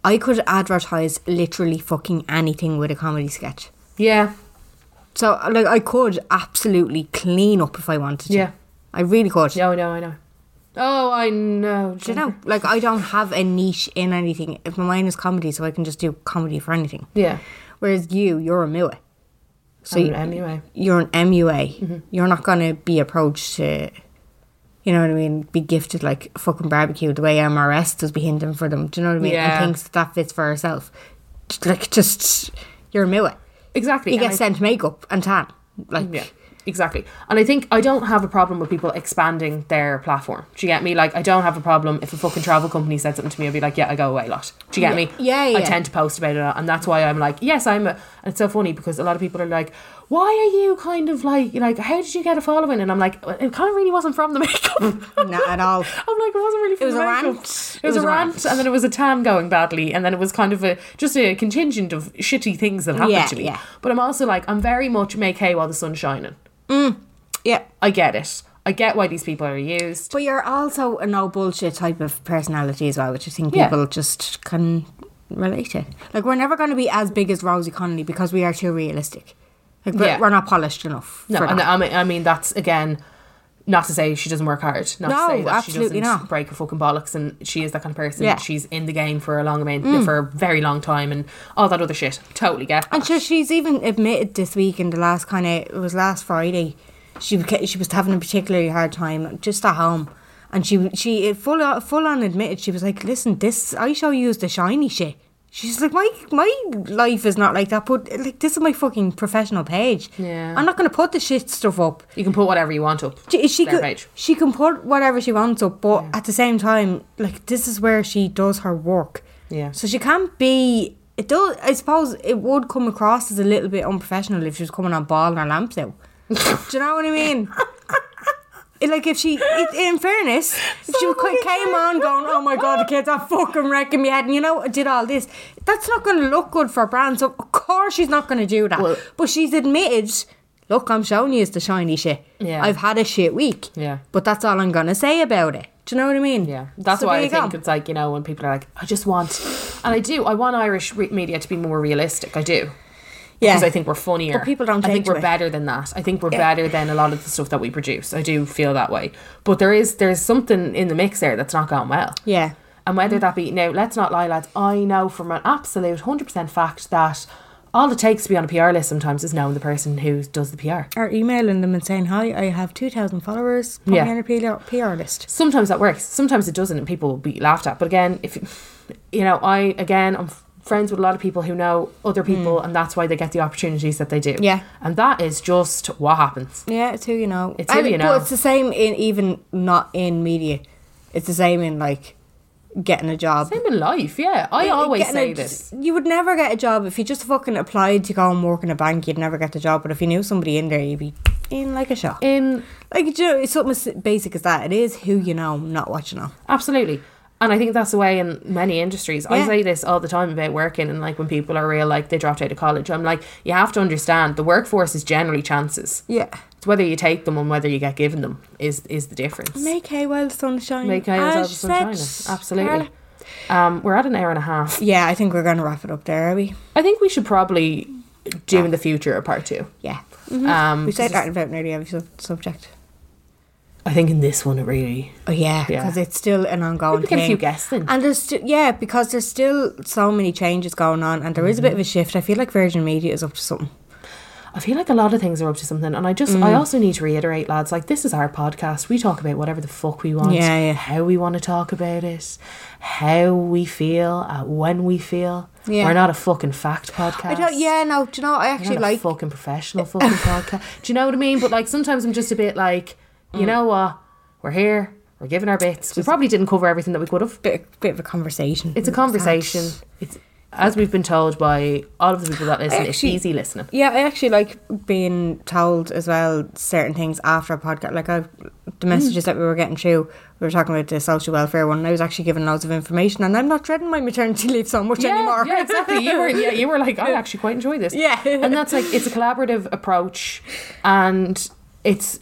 S2: I could advertise literally fucking anything with a comedy sketch.
S1: Yeah.
S2: So, like, I could absolutely clean up if I wanted to.
S1: Yeah.
S2: I really could.
S1: No, no, I know. Oh, I know.
S2: Do you know? Like, I don't have a niche in anything. If mine is comedy, so I can just do comedy for anything.
S1: Yeah.
S2: Whereas you, you're a MUA. So
S1: I'm
S2: you-
S1: an MUA.
S2: You're an MUA.
S1: Mm-hmm.
S2: You're not going to be approached to, you know what I mean, be gifted like fucking barbecue the way MRS does be hinting for them. Do you know what I mean?
S1: Yeah.
S2: And thinks that, that fits for herself. Just, Like, just, you're a MUA.
S1: Exactly.
S2: You
S1: and
S2: get
S1: I-
S2: sent makeup and tan. Like,
S1: Yeah, exactly. And I think I don't have a problem with people expanding their platform. Do you get me? Like, I don't have a problem if a fucking travel company said something to me, I'd be like, yeah, I go away a lot. Do you get me?
S2: Yeah, yeah.
S1: I tend to post about it, a lot, and that's why I'm like, yes, I'm. A, and it's so funny because a lot of people are like, why are you kind of like, you're like, how did you get a following? And I'm like, it kind of really wasn't from the makeup.
S2: not
S1: <laughs>
S2: at all.
S1: I'm like, it wasn't really from
S2: was
S1: the
S2: a
S1: makeup.
S2: rant.
S1: It was a rant, and then it was a tan going badly, and then it was kind of a just a contingent of shitty things that happened
S2: Yeah,
S1: to me.
S2: yeah.
S1: But I'm also like, I'm very much make hay while the sun's shining.
S2: Yeah.
S1: I get it. I get why these people are used.
S2: But you're also a no bullshit type of personality as well, which I think
S1: Yeah.
S2: people just can relate to. Like we're never going to be as big as Rosie Connolly because we are too realistic. Like we're,
S1: Yeah.
S2: we're not polished enough.
S1: no,
S2: for
S1: and
S2: that.
S1: I mean, I mean that's again not to say she doesn't work hard. Not
S2: No,
S1: to say that
S2: absolutely
S1: she doesn't
S2: not.
S1: break her fucking bollocks, and she is that kind of person.
S2: Yeah. Mm.
S1: She's in the game for a long amount, for a very long time, and all that other shit. Totally get.
S2: and
S1: that.
S2: so she's even admitted this week in the last kind of it was last Friday, she beca- she was having a particularly hard time just at home. And she she it full on, full on admitted she was like, listen, this I show you is the shiny shit. She's like, my my life is not like that, but like this is my fucking professional page.
S1: Yeah.
S2: I'm not gonna put the shit stuff up.
S1: you can put whatever you want up.
S2: She, she
S1: their
S2: could
S1: page.
S2: she can put whatever she wants up, but at the same time, like this is where she does her work.
S1: Yeah.
S2: So she can't be. It does. I suppose it would come across as a little bit unprofessional if she was coming on ball and her
S1: <laughs>
S2: lamps out. Do you know what I mean? It- like if she, it, in fairness, if she qu- came on going, "Oh my god, the kids are fucking wrecking me head," and you know, I did all this. That's not going to look good for brands. So of course, she's not going to do that.
S1: Well-
S2: but she's admitted, "Look, I'm showing you it's the shiny shit.
S1: Yeah.
S2: I've had a shit week.
S1: Yeah.
S2: but that's all I'm going to say about it. Do you know what I mean?
S1: Yeah, that's
S2: So
S1: why
S2: there
S1: I
S2: you go.
S1: think it's like you know when people are like, I just want, and I do, I want Irish re- media to be more realistic. I do.
S2: yeah.
S1: Because I think we're funnier.
S2: But people don't
S1: I
S2: take
S1: think
S2: to
S1: we're
S2: it.
S1: better than that. I think we're better than a lot of the stuff that we produce. I do feel that way. But there is there's something in the mix there that's not going well.
S2: Yeah.
S1: And whether that be now, let's not lie, lads. I know from an absolute hundred percent fact that all it takes to be on a PR list sometimes is knowing the person who does the PR.
S2: Or emailing them and saying, Hi, I have 2,000 followers. Put
S1: Yeah.
S2: me on a PR, PR list.
S1: sometimes that works sometimes it doesn't and people will be laughed at but again if you know i again i'm friends with a lot of people who know other people and that's why they get the opportunities that they do
S2: Hmm. Yeah.
S1: and that is just what happens
S2: Yeah, it's who you know.
S1: It's who
S2: And-
S1: you know.
S2: But it's the same in even not in media. It's the same in like getting a job.
S1: Same in life, yeah. I always
S2: Getting
S1: say
S2: a-
S1: this.
S2: You would never get a job if you just fucking applied to go and work in a bank. You'd never get the job. But if you knew somebody in there, you'd be in like a shot.
S1: In
S2: like do you know, it's something as basic as that. It is who you know, not what you know.
S1: Absolutely. And I think that's the way in many industries. I
S2: Yeah.
S1: say this all the time about working and like when people are real like they dropped out of college. I'm like, you have to understand the workforce is generally chances.
S2: Yeah.
S1: It's whether you take them and whether you get given them is is the difference.
S2: Make hay while the sun shines.
S1: Make hay while the
S2: as
S1: sun
S2: said,
S1: shines. Absolutely.
S2: Carla.
S1: Um, we're at an hour and a half.
S2: Yeah, I think we're going to wrap it up there, are we?
S1: I think we should probably do in the future a part two.
S2: Yeah.
S1: Um,
S2: Mm-hmm. Mm. We said that about nearly every sub- subject.
S1: I think in this one it really
S2: Oh yeah,
S1: Yeah.
S2: because it's still an ongoing
S1: Maybe get a
S2: thing.
S1: few guests in.
S2: and there's still yeah, because there's still so many changes going on, and there is a
S1: Mm-hmm.
S2: bit of a shift. I feel like Virgin Media is up to something.
S1: I feel like a lot of things are up to something, and I just
S2: Mm.
S1: I also need to reiterate, lads, like this is our podcast. We talk about whatever the fuck we want,
S2: Yeah, yeah.
S1: how we want to talk about it, how we feel, uh, when we feel.
S2: Yeah.
S1: We're not a fucking fact podcast.
S2: I don't. Yeah, no. Do you know? what? I
S1: We're
S2: actually
S1: not
S2: like.
S1: a fucking professional fucking podcast. Do you know what I mean? But like sometimes I'm just a bit like, you
S2: Mm.
S1: know what? We're here. We're giving our bits. we probably didn't cover everything that we could have.
S2: Bit, bit of a conversation.
S1: It's a conversation. It's as we've been told by all of the people that listen.
S2: actually-
S1: it's easy listening.
S2: Yeah, I actually like being told as well certain things after a podcast. Like I, the messages
S1: Hmm.
S2: that we were getting through, we were talking about the social welfare one. And I was actually given loads of information, and I'm not dreading my maternity <laughs> leave so much
S1: yeah,
S2: anymore.
S1: Yeah, exactly. You were yeah, you were like, I actually quite enjoy this.
S2: Yeah.
S1: And that's like it's a collaborative approach and it's